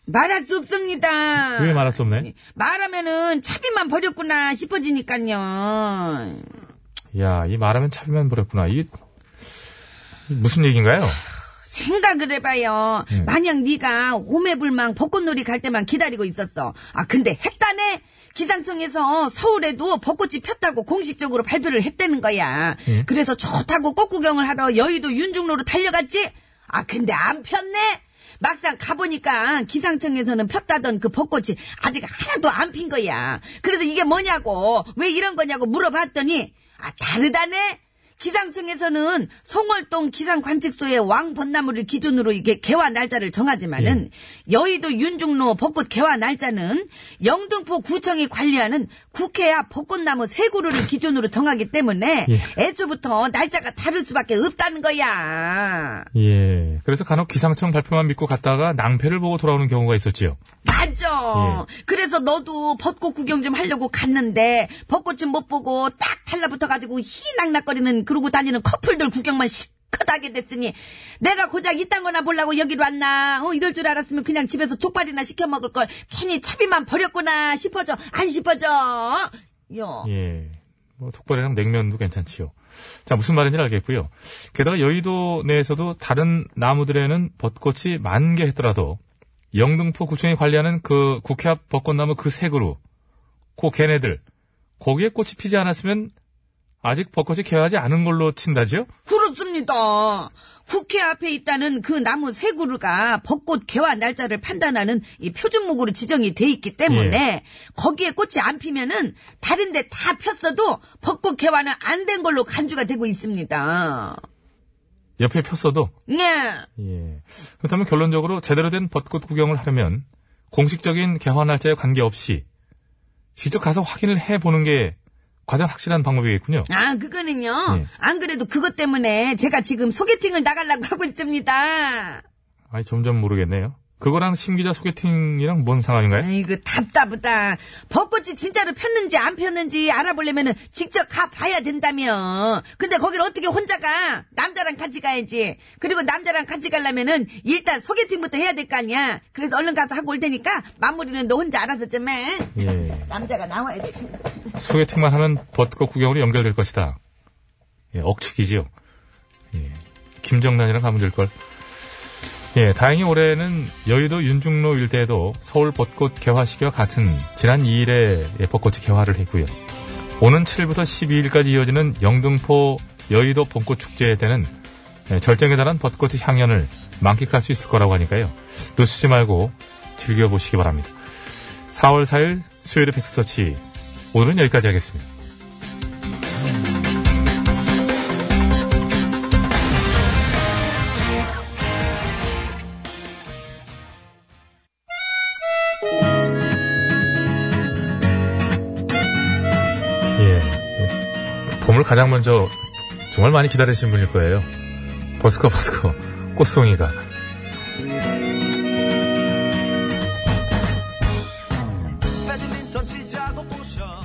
[SPEAKER 3] 말할 수 없습니다.
[SPEAKER 4] 왜 말할 수 없네?
[SPEAKER 3] 말하면은 차비만 버렸구나 싶어지니까요.
[SPEAKER 4] 야, 이 말하면 차비만 버렸구나. 이게 무슨 얘기인가요?
[SPEAKER 3] 생각을 해봐요.
[SPEAKER 4] 예.
[SPEAKER 3] 만약 네가 호매불망 벚꽃놀이 갈 때만 기다리고 있었어. 아 근데 했다네. 기상청에서 서울에도 벚꽃이 폈다고 공식적으로 발표를 했다는 거야. 그래서 좋다고 꽃구경을 하러 여의도 윤중로로 달려갔지. 아 근데 안 폈네. 막상 가보니까 기상청에서는 폈다던 그 벚꽃이 아직 하나도 안 핀 거야. 그래서 이게 뭐냐고 왜 이런 거냐고 물어봤더니 아 다르다네. 기상청에서는 송월동 기상관측소의 왕벚나무를 기준으로 이게 개화 날짜를 정하지만은 여의도 윤중로 벚꽃 개화 날짜는 영등포 구청이 관리하는 국회 앞 벚꽃나무 세 그루를 기준으로 정하기 때문에 애초부터 날짜가 다를 수밖에 없다는 거야.
[SPEAKER 4] 예. 그래서 간혹 기상청 발표만 믿고 갔다가 낭패를 보고 돌아오는 경우가 있었지요.
[SPEAKER 3] 맞아. 그래서 너도 벚꽃 구경 좀 하려고 갔는데 벚꽃은 못 보고 딱 달라붙어가지고 희낙낙거리는 그러고 다니는 커플들 구경만 시컷하게 됐으니 내가 고작 이딴 거나 보려고 여기로 왔나. 어, 이럴 줄 알았으면 그냥 집에서 족발이나 시켜 먹을 걸 괜히 차비만 버렸구나 싶어져. 안 싶어져. 여.
[SPEAKER 4] 예. 뭐, 독발이랑 냉면도 괜찮지요. 자, 무슨 말인지 알겠고요. 게다가 여의도 내에서도 다른 나무들에는 벚꽃이 만개 했더라도 영등포 구청이 관리하는 그 국회 앞 벚꽃나무 그 색으로 그 걔네들 거기에 꽃이 피지 않았으면 아직 벚꽃이 개화하지 않은 걸로 친다지요?
[SPEAKER 3] 그렇습니다. 국회 앞에 있다는 그 나무 세 그루가 벚꽃 개화 날짜를 판단하는 이 표준목으로 지정이 돼 있기 때문에 거기에 꽃이 안 피면은 다른데 다 폈어도 벚꽃 개화는 안 된 걸로 간주가 되고 있습니다.
[SPEAKER 4] 옆에 폈어도
[SPEAKER 2] 예.
[SPEAKER 4] 예. 그렇다면 결론적으로 제대로 된 벚꽃 구경을 하려면 공식적인 개화 날짜에 관계없이 직접 가서 확인을 해보는 게 가장 확실한 방법이겠군요.
[SPEAKER 2] 아, 그거는요.
[SPEAKER 4] 예.
[SPEAKER 2] 안 그래도 그것 때문에 제가 지금 소개팅을 나가려고 하고 있습니다.
[SPEAKER 4] 아니, 점점 모르겠네요. 그거랑 심기자 소개팅이랑 뭔 상관인가요?
[SPEAKER 2] 아이고, 답답하다. 벚꽃이 진짜로 폈는지 안 폈는지 알아보려면 직접 가봐야 된다며. 근데 거길 어떻게 혼자 가? 남자랑 같이 가야지. 그리고 남자랑 같이 가려면은 일단 소개팅부터 해야 될 거 아니야. 그래서 얼른 가서 하고 올 테니까 마무리는 너 혼자 알아서 좀 해.
[SPEAKER 4] 예.
[SPEAKER 2] 남자가 나와야 돼.
[SPEAKER 4] 소개팅만 하면 벚꽃 구경으로 연결될 것이다. 예, 억측이지요. 예. 김정란이랑 가면 될걸. 예, 다행히 올해는 여의도 윤중로 일대에도 서울 벚꽃 개화 시기와 같은 지난 2일에 예, 벚꽃이 개화를 했고요. 오는 7일부터 12일까지 이어지는 영등포 여의도 봄꽃 축제에 대는 예, 절정에 달한 벚꽃의 향연을 만끽할 수 있을 거라고 하니까요. 놓치지 말고 즐겨보시기 바랍니다. 4월 4일 수요일의 백스터치 오늘은 여기까지 하겠습니다. 예. 봄을 가장 먼저 정말 많이 기다리신 분일 거예요. 버스커 버스커 꽃송이가
[SPEAKER 12] 배드민턴 치자고 오셔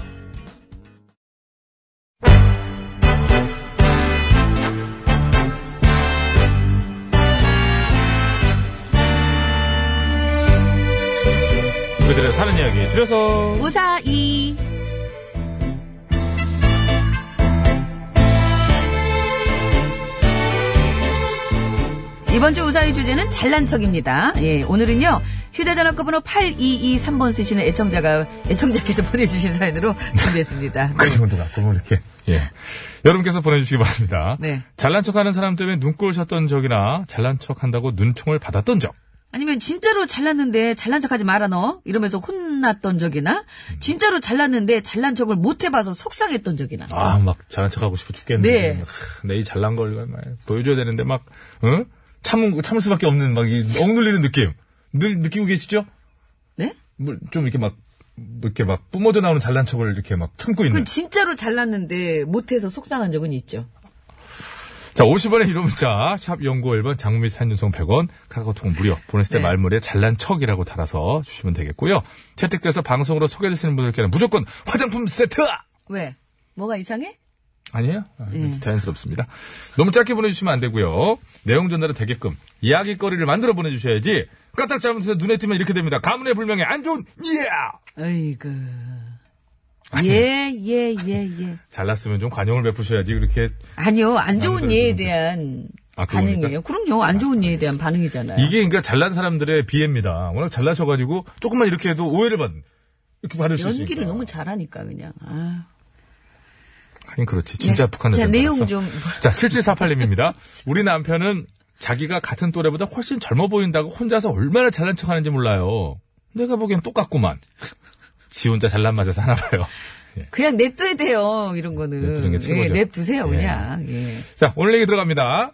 [SPEAKER 4] 우리들의 사는 이야기 줄여서
[SPEAKER 9] 우사이.
[SPEAKER 2] 이번 주 우사의 주제는 잘난 척입니다. 예, 오늘은요. 휴대전화 끝번호 8223번 쓰시는 애청자가 애청자께서 보내주신 사연으로 준비했습니다.
[SPEAKER 4] 그 정도 갖고 뭐 이렇게 예. 여러분께서 보내주시기 바랍니다.
[SPEAKER 2] 네.
[SPEAKER 4] 잘난 척하는 사람 때문에 눈꼴 셨던 적이나 잘난 척한다고 눈총을 받았던 적.
[SPEAKER 2] 아니면 진짜로 잘났는데 잘난 척하지 마라 너 이러면서 혼났던 적이나 진짜로 잘났는데 잘난 척을 못 해봐서 속상했던 적이나
[SPEAKER 4] 아, 막 잘난 척하고 싶어 죽겠는데.
[SPEAKER 2] 네.
[SPEAKER 4] 내 이 잘난 걸 막 보여줘야 되는데 막 응? 참은 참을 수밖에 없는 막 이 억눌리는 느낌. 늘 느끼고 계시죠?
[SPEAKER 2] 네?
[SPEAKER 4] 뭘 좀 이렇게 막뭐 이렇게 막 뿜어져 나오는 잘난 척을 이렇게 막 참고 있는.
[SPEAKER 2] 그 진짜로 잘났는데 못해서 속상한 적은 있죠.
[SPEAKER 4] 자, 50원의 유료 문자, 샵 연구 1번, 장미 산윤송 100원, 카카오톡 무료. 보냈을 때
[SPEAKER 2] 네.
[SPEAKER 4] 말물에 잘난 척이라고 달아서 주시면 되겠고요. 채택돼서 방송으로 소개되시는 분들께는 무조건 화장품 세트!
[SPEAKER 2] 왜? 뭐가 이상해?
[SPEAKER 4] 아니에요? 아,
[SPEAKER 2] 네.
[SPEAKER 4] 자연스럽습니다. 너무 짧게 보내주시면 안 되고요. 내용 전달은 되게끔 이야기거리를 만들어 보내주셔야지. 까딱 잘못해서 눈에 띄면 이렇게 됩니다. 가문의 불명예 안 좋은 예!
[SPEAKER 2] 아이고 예예예 예, 예, 예.
[SPEAKER 4] 잘났으면 좀 관용을 베푸셔야지 그렇게
[SPEAKER 2] 아니요 안 좋은
[SPEAKER 4] 남들은
[SPEAKER 2] 예에
[SPEAKER 4] 그런데.
[SPEAKER 2] 대한
[SPEAKER 4] 아, 그겁니까?
[SPEAKER 2] 반응이에요. 그럼요 안 좋은 예에 대한 반응이잖아요.
[SPEAKER 4] 이게 그러니까 잘난 사람들의 비애입니다. 워낙 잘나셔가지고 조금만 이렇게 해도 오해를 받는 이렇게 받을 수 있으니까.
[SPEAKER 2] 연기를 너무 잘하니까 그냥 아.
[SPEAKER 4] 하긴 그렇죠, 그렇지. 진짜
[SPEAKER 2] 네.
[SPEAKER 4] 북한
[SPEAKER 2] 자,
[SPEAKER 4] 여자인 줄
[SPEAKER 2] 내용
[SPEAKER 4] 알았어.
[SPEAKER 2] 좀.
[SPEAKER 4] 자, 7748님입니다. 우리 남편은 자기가 같은 또래보다 훨씬 젊어 보인다고 혼자서 얼마나 잘난 척 하는지 몰라요. 내가 보기엔 똑같구만. 지 혼자 잘난 맛에서 하나 봐요.
[SPEAKER 2] 그냥 냅둬야 돼요 이런 거는
[SPEAKER 4] 냅두는 게 최고죠.
[SPEAKER 2] 예, 냅두세요
[SPEAKER 4] 예.
[SPEAKER 3] 아,
[SPEAKER 2] 그냥 예.
[SPEAKER 4] 자, 오늘 얘기 들어갑니다.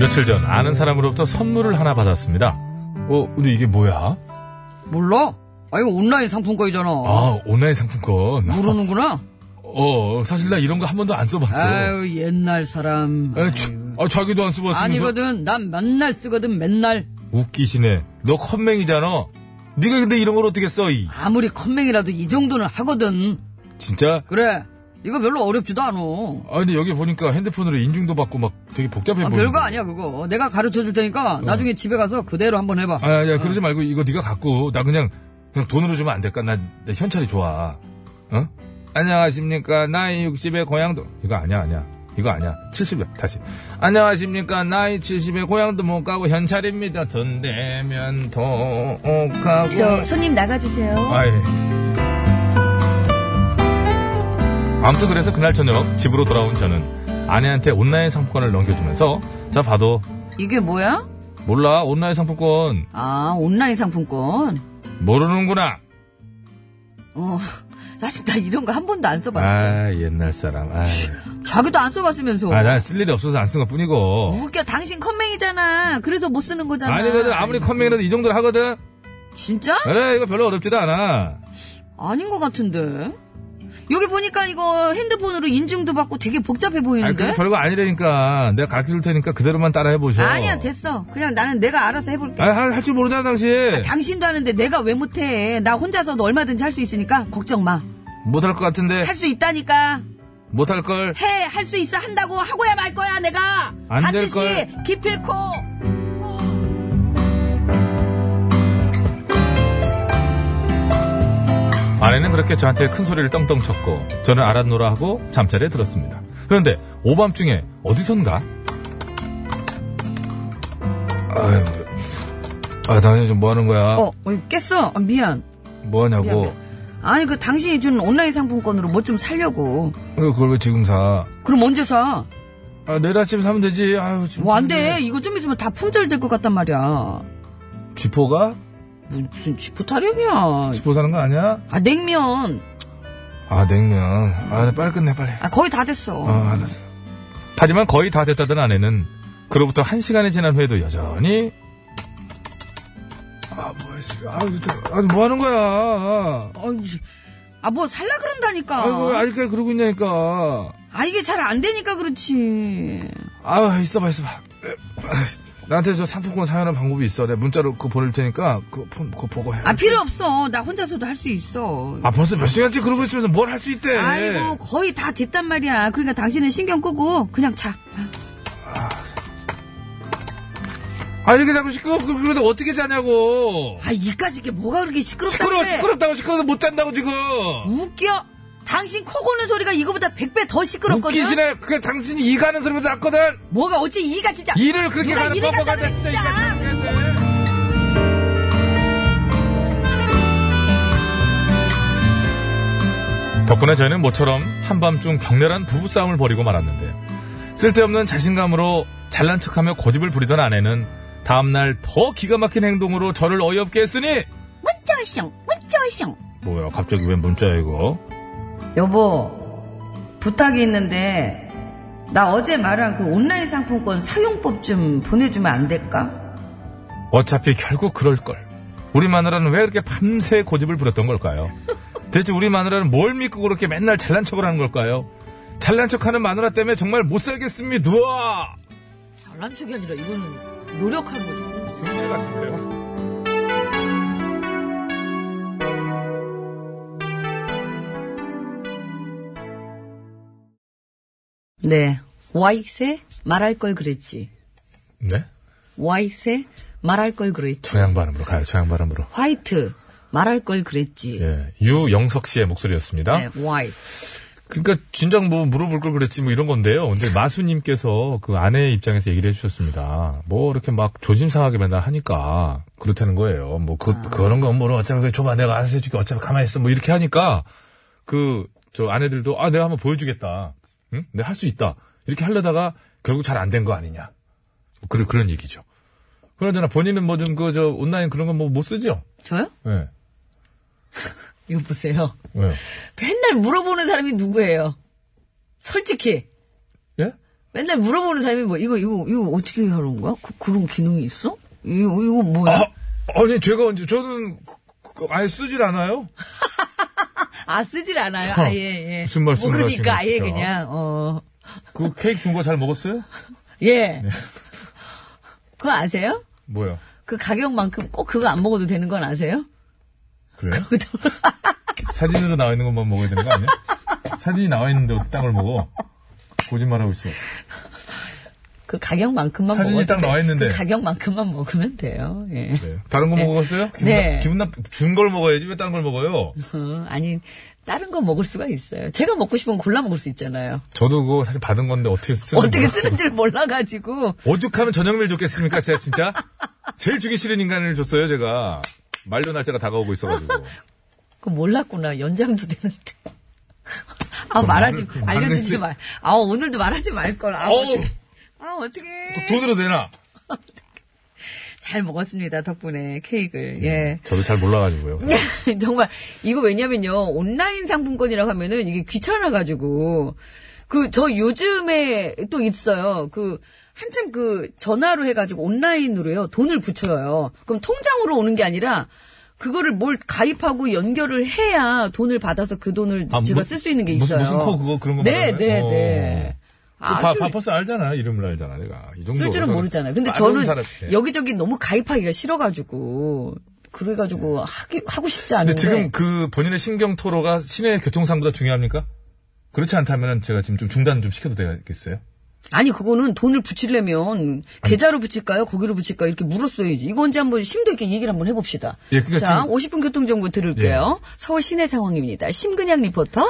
[SPEAKER 4] 며칠 전 아는 사람으로부터 선물을 하나 받았습니다. 어, 근데 이게 뭐야?
[SPEAKER 2] 몰라? 아 이거 온라인 상품권이잖아.
[SPEAKER 4] 아, 온라인 상품권.
[SPEAKER 2] 모르는구나.
[SPEAKER 4] 어, 사실 나 이런 거 한 번도 안 써봤어.
[SPEAKER 2] 아유 옛날 사람.
[SPEAKER 4] 에, 치, 아, 자기도 안 써봤어.
[SPEAKER 2] 아니거든. 난 맨날 쓰거든 맨날.
[SPEAKER 4] 웃기시네. 너 컴맹이잖아. 네가 근데 이런 걸 어떻게 써? 이.
[SPEAKER 2] 아무리 컴맹이라도 이 정도는 하거든.
[SPEAKER 4] 진짜?
[SPEAKER 2] 그래. 이거 별로 어렵지도 않아.
[SPEAKER 4] 아, 근데 여기 보니까 핸드폰으로 인증도 받고 막 되게 복잡해
[SPEAKER 2] 아,
[SPEAKER 4] 보여.
[SPEAKER 2] 별거 아니야 그거. 내가 가르쳐 줄
[SPEAKER 4] 어.
[SPEAKER 2] 테니까 나중에 집에 가서 그대로 한번 해봐.
[SPEAKER 4] 아, 야, 그러지 말고 이거 네가 갖고 나 그냥 그냥 돈으로 주면 안 될까? 나, 나 현찰이 좋아. 어? 안녕하십니까? 나이 60의 고향도 이거 아니야, 아니야. 이거 아니야. 70이야. 다시. 안녕하십니까? 나이 70의 고향도 못 가고 현찰입니다. 돈 되면 독하고
[SPEAKER 3] 저 손님 나가주세요.
[SPEAKER 4] 아예. 아무튼 그래서 그날 저녁 집으로 돌아온 저는 아내한테 온라인 상품권을 넘겨주면서 자 봐도
[SPEAKER 2] 이게 뭐야?
[SPEAKER 4] 몰라, 온라인 상품권.
[SPEAKER 3] 아, 온라인 상품권.
[SPEAKER 4] 모르는구나.
[SPEAKER 3] 어, 사실 나 이런 거 한 번도 안 써봤어.
[SPEAKER 4] 아, 옛날 사람. 아,
[SPEAKER 3] 자기도 안 써봤으면서.
[SPEAKER 4] 아 난 쓸 일이 없어서 안 쓴 것 뿐이고.
[SPEAKER 3] 웃겨, 당신 컴맹이잖아. 그래서 못 쓰는 거잖아.
[SPEAKER 4] 아니, 그래도 아무리 컴맹이라도 이 정도는 하거든?
[SPEAKER 3] 진짜?
[SPEAKER 4] 그래, 이거 별로 어렵지도 않아.
[SPEAKER 3] 아닌 것 같은데. 여기 보니까 이거 핸드폰으로 인증도 받고 되게 복잡해
[SPEAKER 4] 아,
[SPEAKER 3] 보이는데?
[SPEAKER 4] 그래서 별거 아니라니까. 내가 가르쳐 줄 테니까 그대로만 따라해 보셔.
[SPEAKER 3] 아니야, 됐어. 그냥 나는 내가 알아서 해볼게.
[SPEAKER 4] 할줄 모르잖아, 당신.
[SPEAKER 3] 당신도 하는데 내가 왜 못해. 나 혼자서도 얼마든지 할 수 있으니까 걱정 마.
[SPEAKER 4] 못할 것 같은데.
[SPEAKER 3] 할 수 있다니까.
[SPEAKER 4] 못할 걸.
[SPEAKER 3] 해, 할 수 있어 한다고 하고야 말 거야, 내가.
[SPEAKER 4] 안
[SPEAKER 3] 반드시
[SPEAKER 4] 될
[SPEAKER 3] 기필코.
[SPEAKER 4] 아내는 그렇게 저한테 큰 소리를 떵떵 쳤고 저는 알았노라 하고 잠자리에 들었습니다. 그런데 오밤중에 어디선가 아유, 아 당신 좀뭐 하는 거야?
[SPEAKER 3] 어, 어, 깼어. 아, 미안.
[SPEAKER 4] 뭐 하냐고?
[SPEAKER 3] 아니, 그 당신이 준 온라인 상품권으로 뭐 좀 살려고.
[SPEAKER 4] 그리고 그걸 왜 지금 사?
[SPEAKER 3] 그럼 언제 사?
[SPEAKER 4] 아, 내일 아침 사면 되지. 아유, 지금
[SPEAKER 3] 뭐, 안 돼. 이거 좀 있으면 다 품절될 것 같단 말이야.
[SPEAKER 4] 쥐포가
[SPEAKER 3] 무슨 지포 타령이야.
[SPEAKER 4] 쥐포 사는 거 아니야?
[SPEAKER 3] 아, 냉면.
[SPEAKER 4] 아 냉면. 아 빨리 끝내 빨리.
[SPEAKER 3] 아, 거의 다 됐어.
[SPEAKER 4] 아 알았어. 하지만 거의 다 됐다던 아내는 그로부터 한 시간이 지난 후에도 여전히
[SPEAKER 2] 아, 뭐야, 씨. 아, 진짜. 아, 뭐 하는 거야.
[SPEAKER 3] 어이씨. 아, 뭐 살라 그런다니까.
[SPEAKER 2] 아이고, 왜 아직까지 그러고 있냐니까.
[SPEAKER 3] 아, 이게 잘 안 되니까 그렇지.
[SPEAKER 2] 아, 있어봐, 있어봐. 나한테 저 상품권 사용하는 방법이 있어. 내가 문자로 그거 보낼 테니까, 그거, 폰- 그거 보고 해.
[SPEAKER 3] 아, 필요 없어. 나 혼자서도 할 수 있어.
[SPEAKER 2] 아, 벌써 몇 시간째 그러고 있으면서 뭘 할 수 있대.
[SPEAKER 3] 아이고, 거의 다 됐단 말이야. 그러니까 당신은 신경 끄고, 그냥 자.
[SPEAKER 2] 아, 이렇게 자꾸 시끄럽고, 그런데 어떻게 자냐고.
[SPEAKER 3] 아, 이까지 게 뭐가 그렇게 시끄럽다고.
[SPEAKER 2] 시끄러워,
[SPEAKER 3] 그래.
[SPEAKER 2] 시끄럽다고, 시끄러워서 못 잔다고, 지금.
[SPEAKER 3] 웃겨. 당신 코 고는 소리가 이거보다 100배 더 시끄럽거든.
[SPEAKER 2] 웃기시네. 그게 당신이 이 가는 소리보다 낫거든.
[SPEAKER 3] 뭐가 어째 이가 진짜.
[SPEAKER 2] 일을 그렇게
[SPEAKER 3] 누가
[SPEAKER 2] 가는
[SPEAKER 3] 일을
[SPEAKER 2] 법보가
[SPEAKER 3] 갖다
[SPEAKER 2] 다 진짜
[SPEAKER 3] 그래,
[SPEAKER 2] 이가
[SPEAKER 3] 진짜.
[SPEAKER 2] 장난해.
[SPEAKER 4] 덕분에 저희는 모처럼 한밤중 격렬한 부부싸움을 벌이고 말았는데요. 쓸데없는 자신감으로 잘난 척하며 고집을 부리던 아내는 다음날 더 기가 막힌 행동으로 저를 어이없게 했으니
[SPEAKER 3] 문자쇼, 문자쇼.
[SPEAKER 4] 뭐야 갑자기 웬 문자야 이거
[SPEAKER 3] 여보, 부탁이 있는데, 나 어제 말한 그 온라인 상품권 사용법 좀 보내주면 안 될까?
[SPEAKER 4] 어차피 결국 그럴걸 우리 마누라는 왜 이렇게 밤새 고집을 부렸던 걸까요 대체 우리 마누라는 뭘 믿고 그렇게 맨날 잘난 척을 하는 걸까요 잘난 척하는 마누라 때문에 정말 못 살겠습니다 우와!
[SPEAKER 3] 잘난 척이 아니라 이거는 노력한 거지.
[SPEAKER 4] 승질 같은데요
[SPEAKER 3] 네. 와이세 말할 걸 그랬지.
[SPEAKER 4] 네?
[SPEAKER 3] 와이세 말할 걸 그랬지.
[SPEAKER 4] 서양 발음으로 가요 서양 발음으로
[SPEAKER 3] 화이트 말할 걸 그랬지.
[SPEAKER 4] 예, 유영석 씨의 목소리였습니다.
[SPEAKER 3] 네, 와이트.
[SPEAKER 4] 그러니까 진작 뭐 물어볼 걸 그랬지 뭐 이런 건데요. 근데 마수님께서 그 아내의 입장에서 얘기를 해주셨습니다. 뭐 이렇게 막 조심상하게 맨날 하니까 그렇다는 거예요. 뭐 그, 그런 건 뭐 어차피 그냥 줘봐 내가 알아서 해줄게 어차피 가만히 있어 뭐 이렇게 하니까 그 저 아내들도 아 내가 한번 보여주겠다. 응? 내가 할 수 있다. 이렇게 하려다가 결국 잘 안 된 거 아니냐. 뭐 그런 그런 얘기죠. 그러잖아 본인은 뭐 좀 그 저 온라인 그런 건 뭐 못 쓰죠.
[SPEAKER 3] 저요?
[SPEAKER 4] 예.
[SPEAKER 3] 이거 보세요.
[SPEAKER 4] 왜요?
[SPEAKER 3] 맨날 물어보는 사람이 누구예요? 솔직히.
[SPEAKER 4] 예?
[SPEAKER 3] 맨날 물어보는 사람이 뭐, 이거, 이거, 이거 어떻게 하는 거야? 그, 런 기능이 있어? 이거, 이거 뭐야?
[SPEAKER 4] 아, 아니 제가 언제 저는 그- 그- 그 아예 쓰질 않아요.
[SPEAKER 3] 아, 쓰질 않아요.
[SPEAKER 4] 참,
[SPEAKER 3] 아, 예, 예.
[SPEAKER 4] 무슨 말씀을
[SPEAKER 3] 모르니까
[SPEAKER 4] 하시는
[SPEAKER 3] 아예
[SPEAKER 4] 거죠?
[SPEAKER 3] 그냥, 어.
[SPEAKER 4] 그 케이크 준 거 잘 먹었어요?
[SPEAKER 3] 예. 그거 아세요?
[SPEAKER 4] 뭐요?
[SPEAKER 3] 그 가격만큼 꼭 그거 안 먹어도 되는 건 아세요?
[SPEAKER 4] 그래요? 사진으로 나와 있는 것만 먹어야 되는 거 아니야? 사진이 나와 있는데 어떻게 딴걸 먹어? 거짓말하고 있어.
[SPEAKER 3] 그 가격만큼만
[SPEAKER 4] 사진이
[SPEAKER 3] 먹어도
[SPEAKER 4] 딱 나와
[SPEAKER 3] 돼요.
[SPEAKER 4] 있는데.
[SPEAKER 3] 그 가격만큼만 먹으면 돼요. 예.
[SPEAKER 4] 네. 다른 거 먹었어요? 기분
[SPEAKER 3] 네.
[SPEAKER 4] 나, 기분 나, 준 걸 먹어야지 왜 다른 걸 먹어요?
[SPEAKER 3] 어, 아니 다른 거 먹을 수가 있어요. 제가 먹고 싶으면 골라 먹을 수 있잖아요.
[SPEAKER 4] 저도 그거 사실 받은 건데 어떻게 쓰는지.
[SPEAKER 3] 어떻게
[SPEAKER 4] 몰라가지고.
[SPEAKER 3] 쓰는지를 몰라가지고
[SPEAKER 4] 오죽하면 전영미를 줬겠습니까? 제가 진짜? 제일 주기 싫은 인간을 줬어요, 제가. 만료 날짜가 다가오고 있어가지고.
[SPEAKER 3] 그 몰랐구나. 연장도 되는데. 아 말하지
[SPEAKER 4] 말을-
[SPEAKER 3] 알려주지
[SPEAKER 4] 그 말을
[SPEAKER 3] 말. 아 오늘도 말하지 말 걸. 아
[SPEAKER 4] 어우!
[SPEAKER 3] 어떻게? 아 어떻게?
[SPEAKER 4] 돈으로 내놔.
[SPEAKER 3] 잘 먹었습니다. 덕분에 케이크를. 예.
[SPEAKER 4] 저도 잘 몰라가지고요.
[SPEAKER 3] 정말 이거 왜냐면요 온라인 상품권이라고 하면은 이게 귀찮아가지고 그 저 요즘에 또 있어요 그 한참 그 전화로 해가지고 온라인으로요 돈을 붙여요 그럼 통장으로 오는 게 아니라 그거를 뭘 가입하고 연결을 해야 돈을 받아서 그 돈을
[SPEAKER 4] 아,
[SPEAKER 3] 제가
[SPEAKER 4] 무-
[SPEAKER 3] 쓸 수 있는 게
[SPEAKER 4] 무슨-
[SPEAKER 3] 있어요
[SPEAKER 4] 무슨 코 그거 그런 거 말하는 거예요?
[SPEAKER 3] 네네네
[SPEAKER 4] 어.
[SPEAKER 3] 아주
[SPEAKER 4] 바, 바퍼스 그 알잖아. 이름을 알잖아, 내가. 이 정도.
[SPEAKER 3] 쓸 줄은
[SPEAKER 4] 그래서
[SPEAKER 3] 모르잖아요. 근데
[SPEAKER 4] 빠른
[SPEAKER 3] 저는
[SPEAKER 4] 사람. 예.
[SPEAKER 3] 여기저기 너무 가입하기가 싫어가지고 그래가지고 하기 하고 싶지
[SPEAKER 4] 근데
[SPEAKER 3] 않은데
[SPEAKER 4] 지금 그 본인의 신경 토로가 시내 교통상보다 중요합니까? 그렇지 않다면 제가 지금 좀 중단 좀 시켜도 되겠어요?
[SPEAKER 3] 아니 그거는 돈을 붙이려면 계좌로 붙일까요? 거기로 붙일까요? 이렇게 물었어야지. 이거 언제 한번 심도 있게 얘기를 한번 해봅시다.
[SPEAKER 4] 예, 그러니까
[SPEAKER 3] 자,
[SPEAKER 4] 지금- 예.
[SPEAKER 3] 50분 교통정보 들을게요. 서울 시내 상황입니다. 심근양 리포터.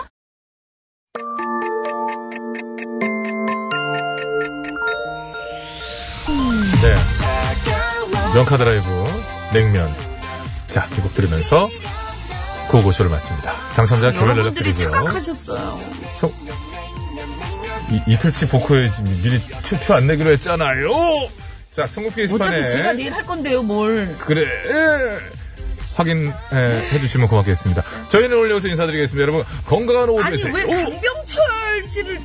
[SPEAKER 4] 네. 명카 드라이브, 냉면. 자, 이 곡 들으면서 고고쇼를 맞습니다. 당첨자 개별 연락
[SPEAKER 3] 여러분들이
[SPEAKER 4] 드리고요.
[SPEAKER 3] 착각하셨어요.
[SPEAKER 4] 서- 이, 이틀치 보컬 지금 미리 투표 안 내기로 했잖아요. 자, 선곡
[SPEAKER 3] 어차피
[SPEAKER 4] 게시판에
[SPEAKER 3] 제가 내일 할 건데요, 뭘.
[SPEAKER 4] 그래 확인해 주시면 고맙겠습니다. 저희는 올려서 인사드리겠습니다. 여러분 건강한 오후
[SPEAKER 3] 아니
[SPEAKER 4] 되세요.
[SPEAKER 3] 왜 강병철 씨를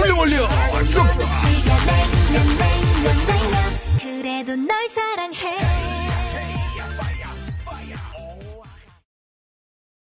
[SPEAKER 4] 올려 올려. 쭉.
[SPEAKER 14] 그래도 널 사랑해